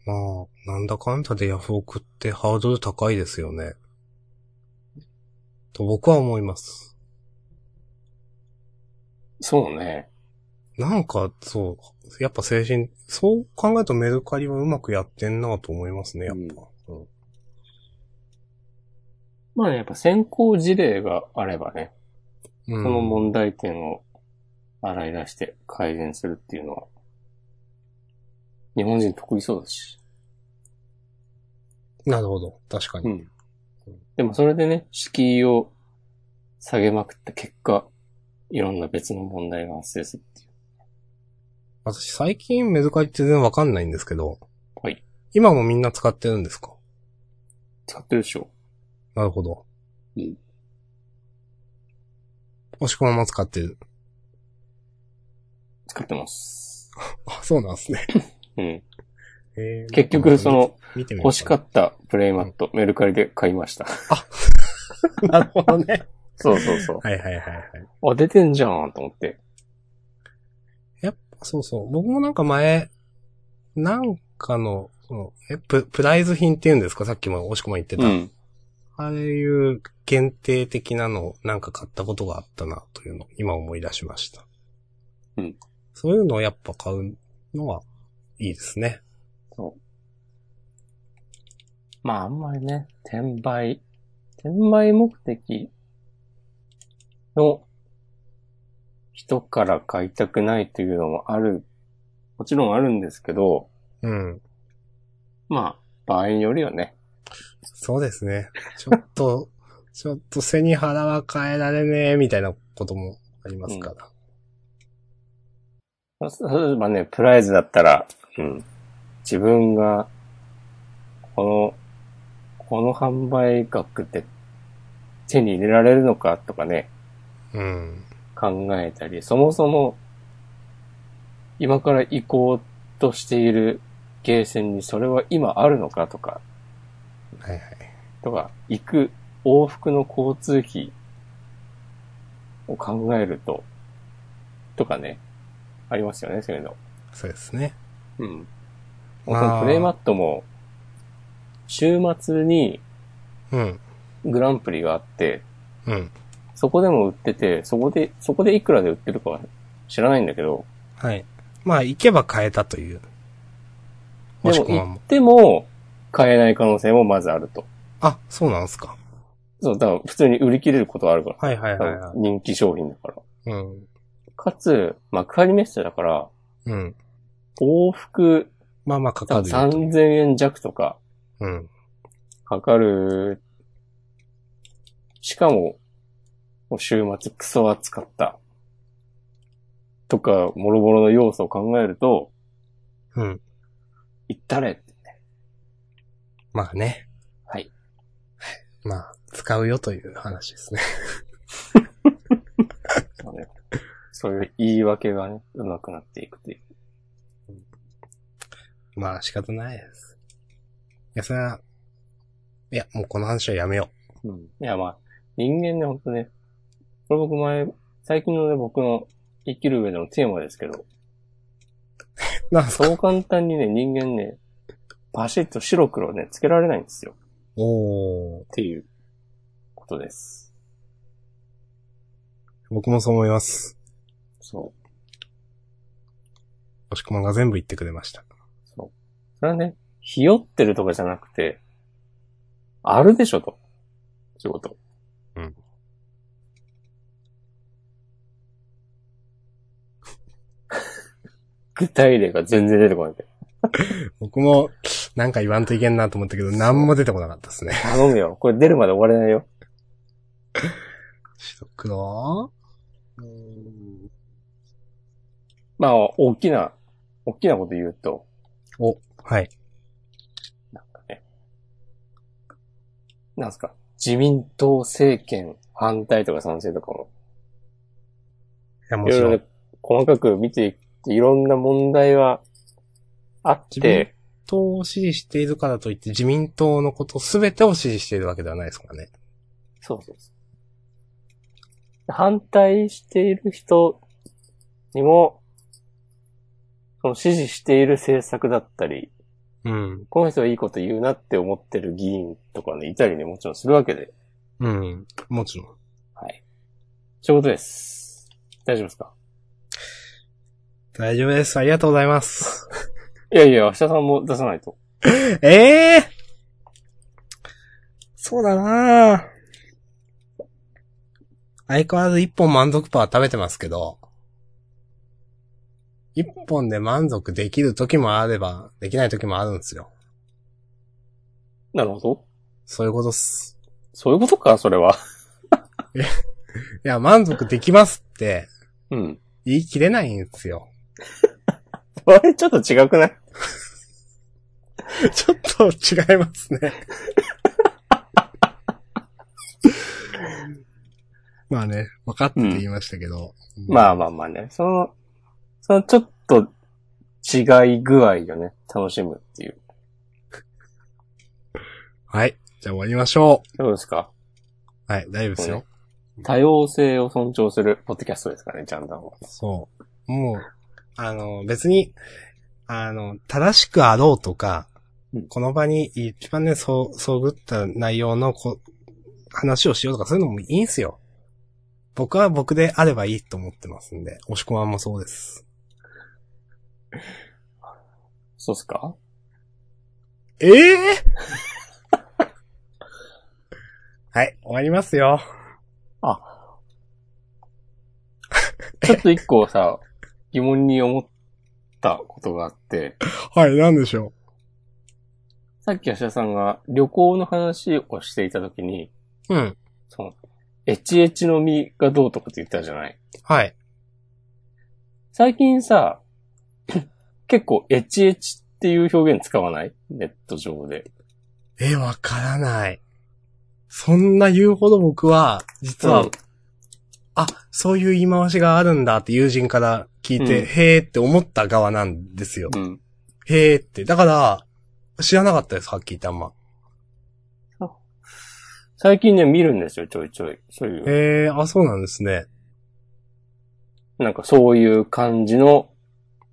[SPEAKER 2] まあ、なんだかんだでヤフオクってハードル高いですよね。と僕は思います。
[SPEAKER 1] そうね。
[SPEAKER 2] なんか、そう、やっぱ精神、そう考えるとメルカリはうまくやってんなと思いますね、やっぱ。うん
[SPEAKER 1] まあね、やっぱ先行事例があればね、
[SPEAKER 2] う
[SPEAKER 1] こ
[SPEAKER 2] ん
[SPEAKER 1] の問題点を洗い出して改善するっていうのは、日本人得意そうだし。
[SPEAKER 2] なるほど。確かに。
[SPEAKER 1] ん。でもそれでね、敷居を下げまくった結果、いろんな別の問題が発生するっていう。
[SPEAKER 2] 私最近メルカリって全然わかんないんですけど。
[SPEAKER 1] はい。
[SPEAKER 2] 今もみんな使ってるんですか
[SPEAKER 1] 使ってるでしょ
[SPEAKER 2] なるほど。
[SPEAKER 1] うん。
[SPEAKER 2] 押し込まも使ってる。
[SPEAKER 1] 使ってます。
[SPEAKER 2] あ、そうなんですね。
[SPEAKER 1] うん。
[SPEAKER 2] えー
[SPEAKER 1] 結局、そ、の、
[SPEAKER 2] 見てみよう
[SPEAKER 1] 欲しかったプレイマット、メルカリで買いました。
[SPEAKER 2] た。 なるほどね。
[SPEAKER 1] そうそうそ
[SPEAKER 2] はいはいはいはい。
[SPEAKER 1] う。あ、出てんじゃんと思って。
[SPEAKER 2] そうそう。僕もなんか前、なんかの、そのえ、プ、プライズ品って言うんですかさっきも、押し込ま言ってた。
[SPEAKER 1] うん。
[SPEAKER 2] ああいう限定的なのをなんか買ったことがあったなというのを今思い出しました。
[SPEAKER 1] うん。
[SPEAKER 2] そういうのをやっぱ買うのはいいですね。
[SPEAKER 1] そう。まあ、あんまりね、転売、転売目的の人から買いたくないというのもある、もちろんあるんですけど、
[SPEAKER 2] うん。
[SPEAKER 1] まあ、場合によるよね。
[SPEAKER 2] そうですね。ちょっと、 ちょっと背に腹は変えられねえみたいなこともありますから。
[SPEAKER 1] まあ例えばね、プライズだったら、うん、自分が、この、この販売額って手に入れられるのかとかね、
[SPEAKER 2] うん。
[SPEAKER 1] 考えたり、そもそも、今から行こうとしているゲーセンにそれは今あるのかとか、
[SPEAKER 2] はいはい。
[SPEAKER 1] とか、行く往復の交通費を考えると、とかね、ありますよね、そういうの。
[SPEAKER 2] そうですね。
[SPEAKER 1] うん。そ
[SPEAKER 2] まあ
[SPEAKER 1] のプレイマットも、週末に
[SPEAKER 2] うん。
[SPEAKER 1] グランプリがあって、
[SPEAKER 2] うん。
[SPEAKER 1] そこでも売ってて、そこで、そこでいくらで売ってるかは知らないんだけど、
[SPEAKER 2] はい。まあ、行けば変えたという。も
[SPEAKER 1] で
[SPEAKER 2] し
[SPEAKER 1] も
[SPEAKER 2] くは
[SPEAKER 1] 行
[SPEAKER 2] も
[SPEAKER 1] っ。ても、買えない可能性もまずあると。
[SPEAKER 2] あ、そうなんすか。
[SPEAKER 1] そう、だから普通に売り切れることはあるから。
[SPEAKER 2] はいはいはい、は
[SPEAKER 1] 人気商品だから。
[SPEAKER 2] い。うん。
[SPEAKER 1] かつ、幕張メッセだから、
[SPEAKER 2] うん。
[SPEAKER 1] 往復
[SPEAKER 2] まあまあか
[SPEAKER 1] 多分
[SPEAKER 2] かるよと
[SPEAKER 1] 3000円弱とか
[SPEAKER 2] うん。
[SPEAKER 1] かかる。しかも、もう週末クソ暑かった。とか、もろもろの要素を考えると、
[SPEAKER 2] うん。
[SPEAKER 1] 行ったれ。
[SPEAKER 2] まあね。
[SPEAKER 1] はい。
[SPEAKER 2] まあ、使うよという話ですね。
[SPEAKER 1] そういう言い訳がね、うまくなっていくという。
[SPEAKER 2] まあ仕方ないです。いや、それは、いや、もうこの話はやめよ
[SPEAKER 1] うん。いや、まあ、人間ね、ほんとね、これ僕前、最近のね、僕の生きる上でのテーマですけど、
[SPEAKER 2] う。なんすか
[SPEAKER 1] そう簡単にね、人間ね、バシッと白黒ね、つけられないんですよ。
[SPEAKER 2] お
[SPEAKER 1] っ
[SPEAKER 2] ー。
[SPEAKER 1] ていう、ことです。
[SPEAKER 2] 僕もそう思います。
[SPEAKER 1] そう。
[SPEAKER 2] 押し込まんが全部言ってくれました。
[SPEAKER 1] そう。それはね、ひよってるとかじゃなくて、あるでしょと。仕事。
[SPEAKER 2] うん。
[SPEAKER 1] 具体例が全然出てこないんだよ。
[SPEAKER 2] 僕も、なんか言わんといけんなと思ったけど、なんも出てこなかったですね。
[SPEAKER 1] 頼むよ。これ出るまで終われないよ。
[SPEAKER 2] 白黒うーん。
[SPEAKER 1] まあ、大きな、大きなこと言うと、
[SPEAKER 2] お、はい。
[SPEAKER 1] なんかね、なんすか、自民党政権反対とか賛成とかも、
[SPEAKER 2] いや、も
[SPEAKER 1] いろ
[SPEAKER 2] ち
[SPEAKER 1] いろ
[SPEAKER 2] ろ
[SPEAKER 1] ね
[SPEAKER 2] ん、
[SPEAKER 1] 細かく見ていって、いろんな問題はあっ
[SPEAKER 2] 自民
[SPEAKER 1] て、
[SPEAKER 2] 党を支持しているからといって、自民党のことすべてを支持しているわけではないですからね。
[SPEAKER 1] そうそうそう。反対している人にも、その支持している政策だったり、
[SPEAKER 2] うん。
[SPEAKER 1] この人はいいこと言うなって思ってる議員とかね、いたりね、もちろんするわけで。
[SPEAKER 2] うん。もちろん。
[SPEAKER 1] はい。そういうことです。大丈夫ですか
[SPEAKER 2] 大丈夫です。ありがとうございます。
[SPEAKER 1] いやいや、明日さんも出さないと。
[SPEAKER 2] ええそうだなぁ相変わらず一本満足パー食べてますけど、一本で満足できる時もあれば、できない時もあるんですよ。
[SPEAKER 1] なるほど。
[SPEAKER 2] そういうことっす。
[SPEAKER 1] そういうことか、それは。
[SPEAKER 2] いや、満足できますって、
[SPEAKER 1] うん。
[SPEAKER 2] 言い切れないんですよ。
[SPEAKER 1] あれ、ちょっと違くない
[SPEAKER 2] ちょっと違いますね。まあね、分かってて言いましたけど。
[SPEAKER 1] まあ
[SPEAKER 2] あ。
[SPEAKER 1] まあまあね。その、そのちょっと違い具合をね、楽しむっていう。
[SPEAKER 2] はい。じゃあ終わりましょ
[SPEAKER 1] どうですか
[SPEAKER 2] う。はい、大丈夫ですよ。
[SPEAKER 1] 多様性を尊重するポッドキャストですからね、ジャンダンは。
[SPEAKER 2] そう。もう、あの、別に、あの、正しくあろうとか
[SPEAKER 1] うん、
[SPEAKER 2] この場に一番ね、そう、そうぐった内容のこ話をしようとかそういうのもいいんすよ。僕は僕であればいいと思ってますんで、押し込まんもそうです。
[SPEAKER 1] そうっすか
[SPEAKER 2] ええ はい、終わりますよ。
[SPEAKER 1] ちょっと一個さ、疑問に思ったことがあって、
[SPEAKER 2] はい、なんでしょ
[SPEAKER 1] さっき吉田さんが旅行の話をしていたときに、
[SPEAKER 2] う。うん。
[SPEAKER 1] その、エチエチの実がどうとかって言ったじゃない
[SPEAKER 2] はい。
[SPEAKER 1] 最近さ、 結構エチエチっていう表現使わないネット上で。
[SPEAKER 2] え、わからない。そんな言うほど僕は、実は、
[SPEAKER 1] うん
[SPEAKER 2] あ、そういう言い回しがあるんだって友人から聞いて、
[SPEAKER 1] うん
[SPEAKER 2] へーって思った側なんですよ。
[SPEAKER 1] うん。
[SPEAKER 2] へーって。だから、知らなかったです、はっきり言ってあんま。
[SPEAKER 1] 最近ね、見るんですよ、ちょいちょい。そういう、
[SPEAKER 2] へー、あ、そうなんですね。
[SPEAKER 1] なんかそういう感じの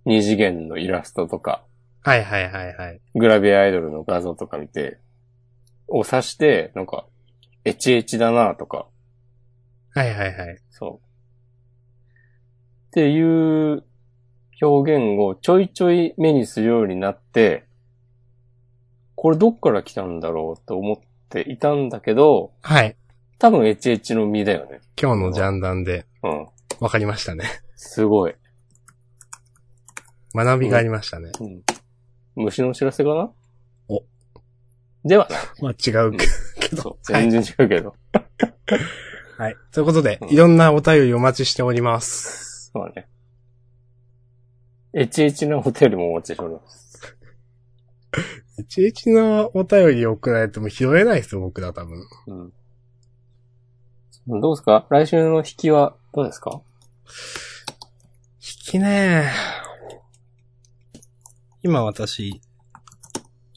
[SPEAKER 1] 二次元のイラストとか、
[SPEAKER 2] はいはいはいはい。
[SPEAKER 1] グラビアアイドルの画像とか見て、を指して、なんか、エチエチだなとか、
[SPEAKER 2] はいはいはい。
[SPEAKER 1] そう。っていう表現をちょいちょい目にするようになって、これどっから来たんだろうと思っていたんだけど、
[SPEAKER 2] はい。
[SPEAKER 1] 多分エチエチの実だよね。
[SPEAKER 2] 今日のジャンダンで、
[SPEAKER 1] うん。
[SPEAKER 2] わかりましたね。
[SPEAKER 1] すごい。
[SPEAKER 2] 学びがありましたね。
[SPEAKER 1] うん、虫の知らせかな
[SPEAKER 2] お。
[SPEAKER 1] では、
[SPEAKER 2] まあ違うけけど。
[SPEAKER 1] そう全然違うけど。
[SPEAKER 2] はい。ということで
[SPEAKER 1] う、ん
[SPEAKER 2] いろんなお便りお待ちしております。
[SPEAKER 1] そうだね。エチエチのホテルもお待ちしております。
[SPEAKER 2] いちいちのお便り送られても拾えないですよ、僕ら多分。
[SPEAKER 1] うん。どうですか来週の引きはどうですか
[SPEAKER 2] 引きね今私、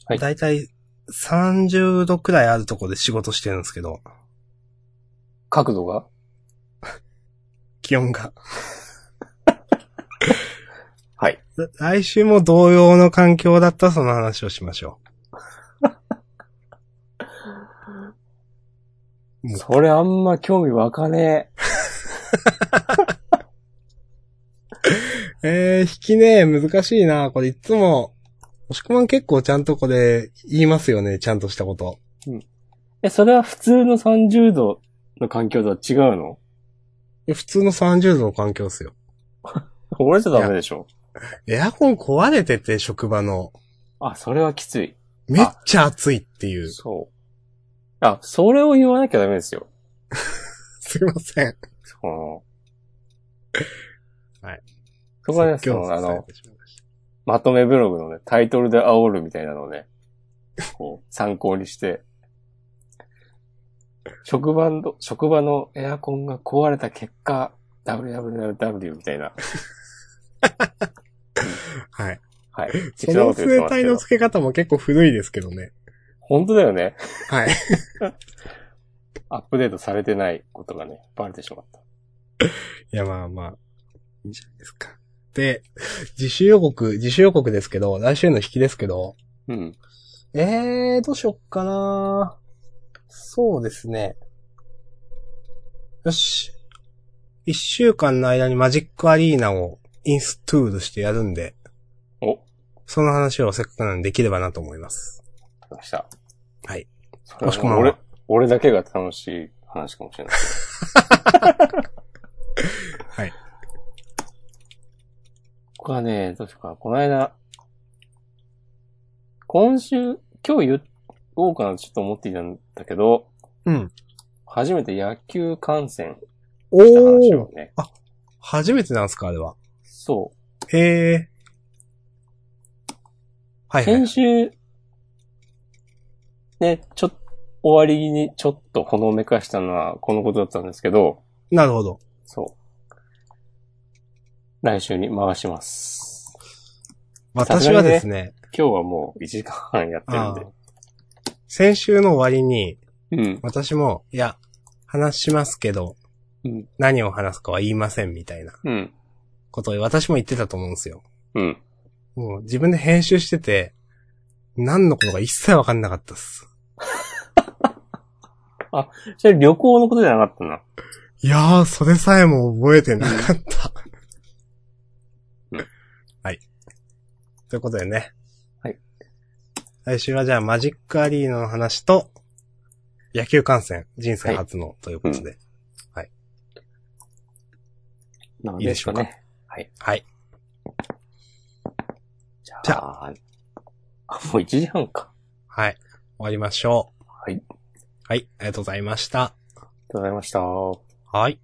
[SPEAKER 1] はい
[SPEAKER 2] だいたい30度くらいあるとこで仕事してるんですけど、
[SPEAKER 1] 角度が
[SPEAKER 2] 気温 が。
[SPEAKER 1] はい。
[SPEAKER 2] ら来週も同様の環境だったらその話をしましょうん
[SPEAKER 1] それあんま興味わかね
[SPEAKER 2] う。えー、引きね難しいなこれいつも、押し込まん結構ちゃんとこれ言いますよね、ちゃんとしたこと。
[SPEAKER 1] え。え、それは普通の30度の環境とは違うの
[SPEAKER 2] え普通の30度の環境ですよ。
[SPEAKER 1] 俺じゃダメでしょ
[SPEAKER 2] エアコン壊れてて、職場の。
[SPEAKER 1] あ、それはきつい。
[SPEAKER 2] めっちゃ暑いっていう。
[SPEAKER 1] そう。あ、それを言わなきゃダメですよ。
[SPEAKER 2] すいません。
[SPEAKER 1] その。
[SPEAKER 2] はい。
[SPEAKER 1] そこはね、そ
[SPEAKER 2] 説教
[SPEAKER 1] の、あ
[SPEAKER 2] され
[SPEAKER 1] の、
[SPEAKER 2] てしまいました
[SPEAKER 1] まとめブログのね、タイトルで煽るみたいなのをね、こう、参考にして、職場の、職場のエアコンが壊れた結果、www みたいな。
[SPEAKER 2] はい。
[SPEAKER 1] はい。
[SPEAKER 2] そ
[SPEAKER 1] 適当な
[SPEAKER 2] の
[SPEAKER 1] こと言って
[SPEAKER 2] 生
[SPEAKER 1] ます
[SPEAKER 2] 体
[SPEAKER 1] け
[SPEAKER 2] の
[SPEAKER 1] ど。
[SPEAKER 2] 付け方も結構古いですけどね。
[SPEAKER 1] 本当だよね。
[SPEAKER 2] はい。
[SPEAKER 1] アップデートされてないことがね、バレてしまった。
[SPEAKER 2] いや、まあまあ。いいじゃないですか。で、自主予告、自主予告ですけど、来週の引きですけど、
[SPEAKER 1] うん。
[SPEAKER 2] えー、どうしよっかなそうですね。よし。一週間の間にマジックアリーナをインストゥールしてやるんで、
[SPEAKER 1] お、
[SPEAKER 2] その話をせっかくなんでできればなと思います。
[SPEAKER 1] 来ました。
[SPEAKER 2] はい。
[SPEAKER 1] それ
[SPEAKER 2] もしくは
[SPEAKER 1] は俺、俺だけが楽しい話かもしれない。
[SPEAKER 2] はい。
[SPEAKER 1] 僕はね、どうしようかな。この間、今週、今日言おうかなとちょっと思っていたんだけど、
[SPEAKER 2] うん。
[SPEAKER 1] 初めて野球観戦
[SPEAKER 2] お
[SPEAKER 1] した話
[SPEAKER 2] ー
[SPEAKER 1] をね、
[SPEAKER 2] 初めてなんすかあれは。
[SPEAKER 1] そ
[SPEAKER 2] へえ。は
[SPEAKER 1] う、
[SPEAKER 2] いは
[SPEAKER 1] 先
[SPEAKER 2] い。
[SPEAKER 1] 週、ね、ちょっと、終わりにちょっとほのめかしたのはこのことだったんですけど、
[SPEAKER 2] なるほど。
[SPEAKER 1] そう。来週に回します。さす
[SPEAKER 2] 私
[SPEAKER 1] が
[SPEAKER 2] は
[SPEAKER 1] にね
[SPEAKER 2] ですね、
[SPEAKER 1] 今日はもう1時間半やってるんで
[SPEAKER 2] あ。先週の終わりに、
[SPEAKER 1] うん。
[SPEAKER 2] 私も、いや、話しますけど、
[SPEAKER 1] うん
[SPEAKER 2] 何を話すかは言いませんみたいな
[SPEAKER 1] うん。
[SPEAKER 2] ことを私も言ってたと思うんですよ。
[SPEAKER 1] うん。
[SPEAKER 2] もう自分で編集してて、何のことか一切わかんなかったっす。
[SPEAKER 1] それ旅行のことじゃなかったな。
[SPEAKER 2] いやー、それさえも覚えてなかった
[SPEAKER 1] うん。
[SPEAKER 2] はい。ということでね。
[SPEAKER 1] はい。
[SPEAKER 2] 来週はじゃあマジックアリーナの話と、野球観戦、人生初のということで。
[SPEAKER 1] なの
[SPEAKER 2] いいでしょうか
[SPEAKER 1] ね。
[SPEAKER 2] はい。
[SPEAKER 1] じゃ
[SPEAKER 2] じ
[SPEAKER 1] あ、あ、もう1時半か。
[SPEAKER 2] はい。終わりましょう。
[SPEAKER 1] はい。
[SPEAKER 2] はい。ありがとうございました。
[SPEAKER 1] ありがとうございました。
[SPEAKER 2] はい。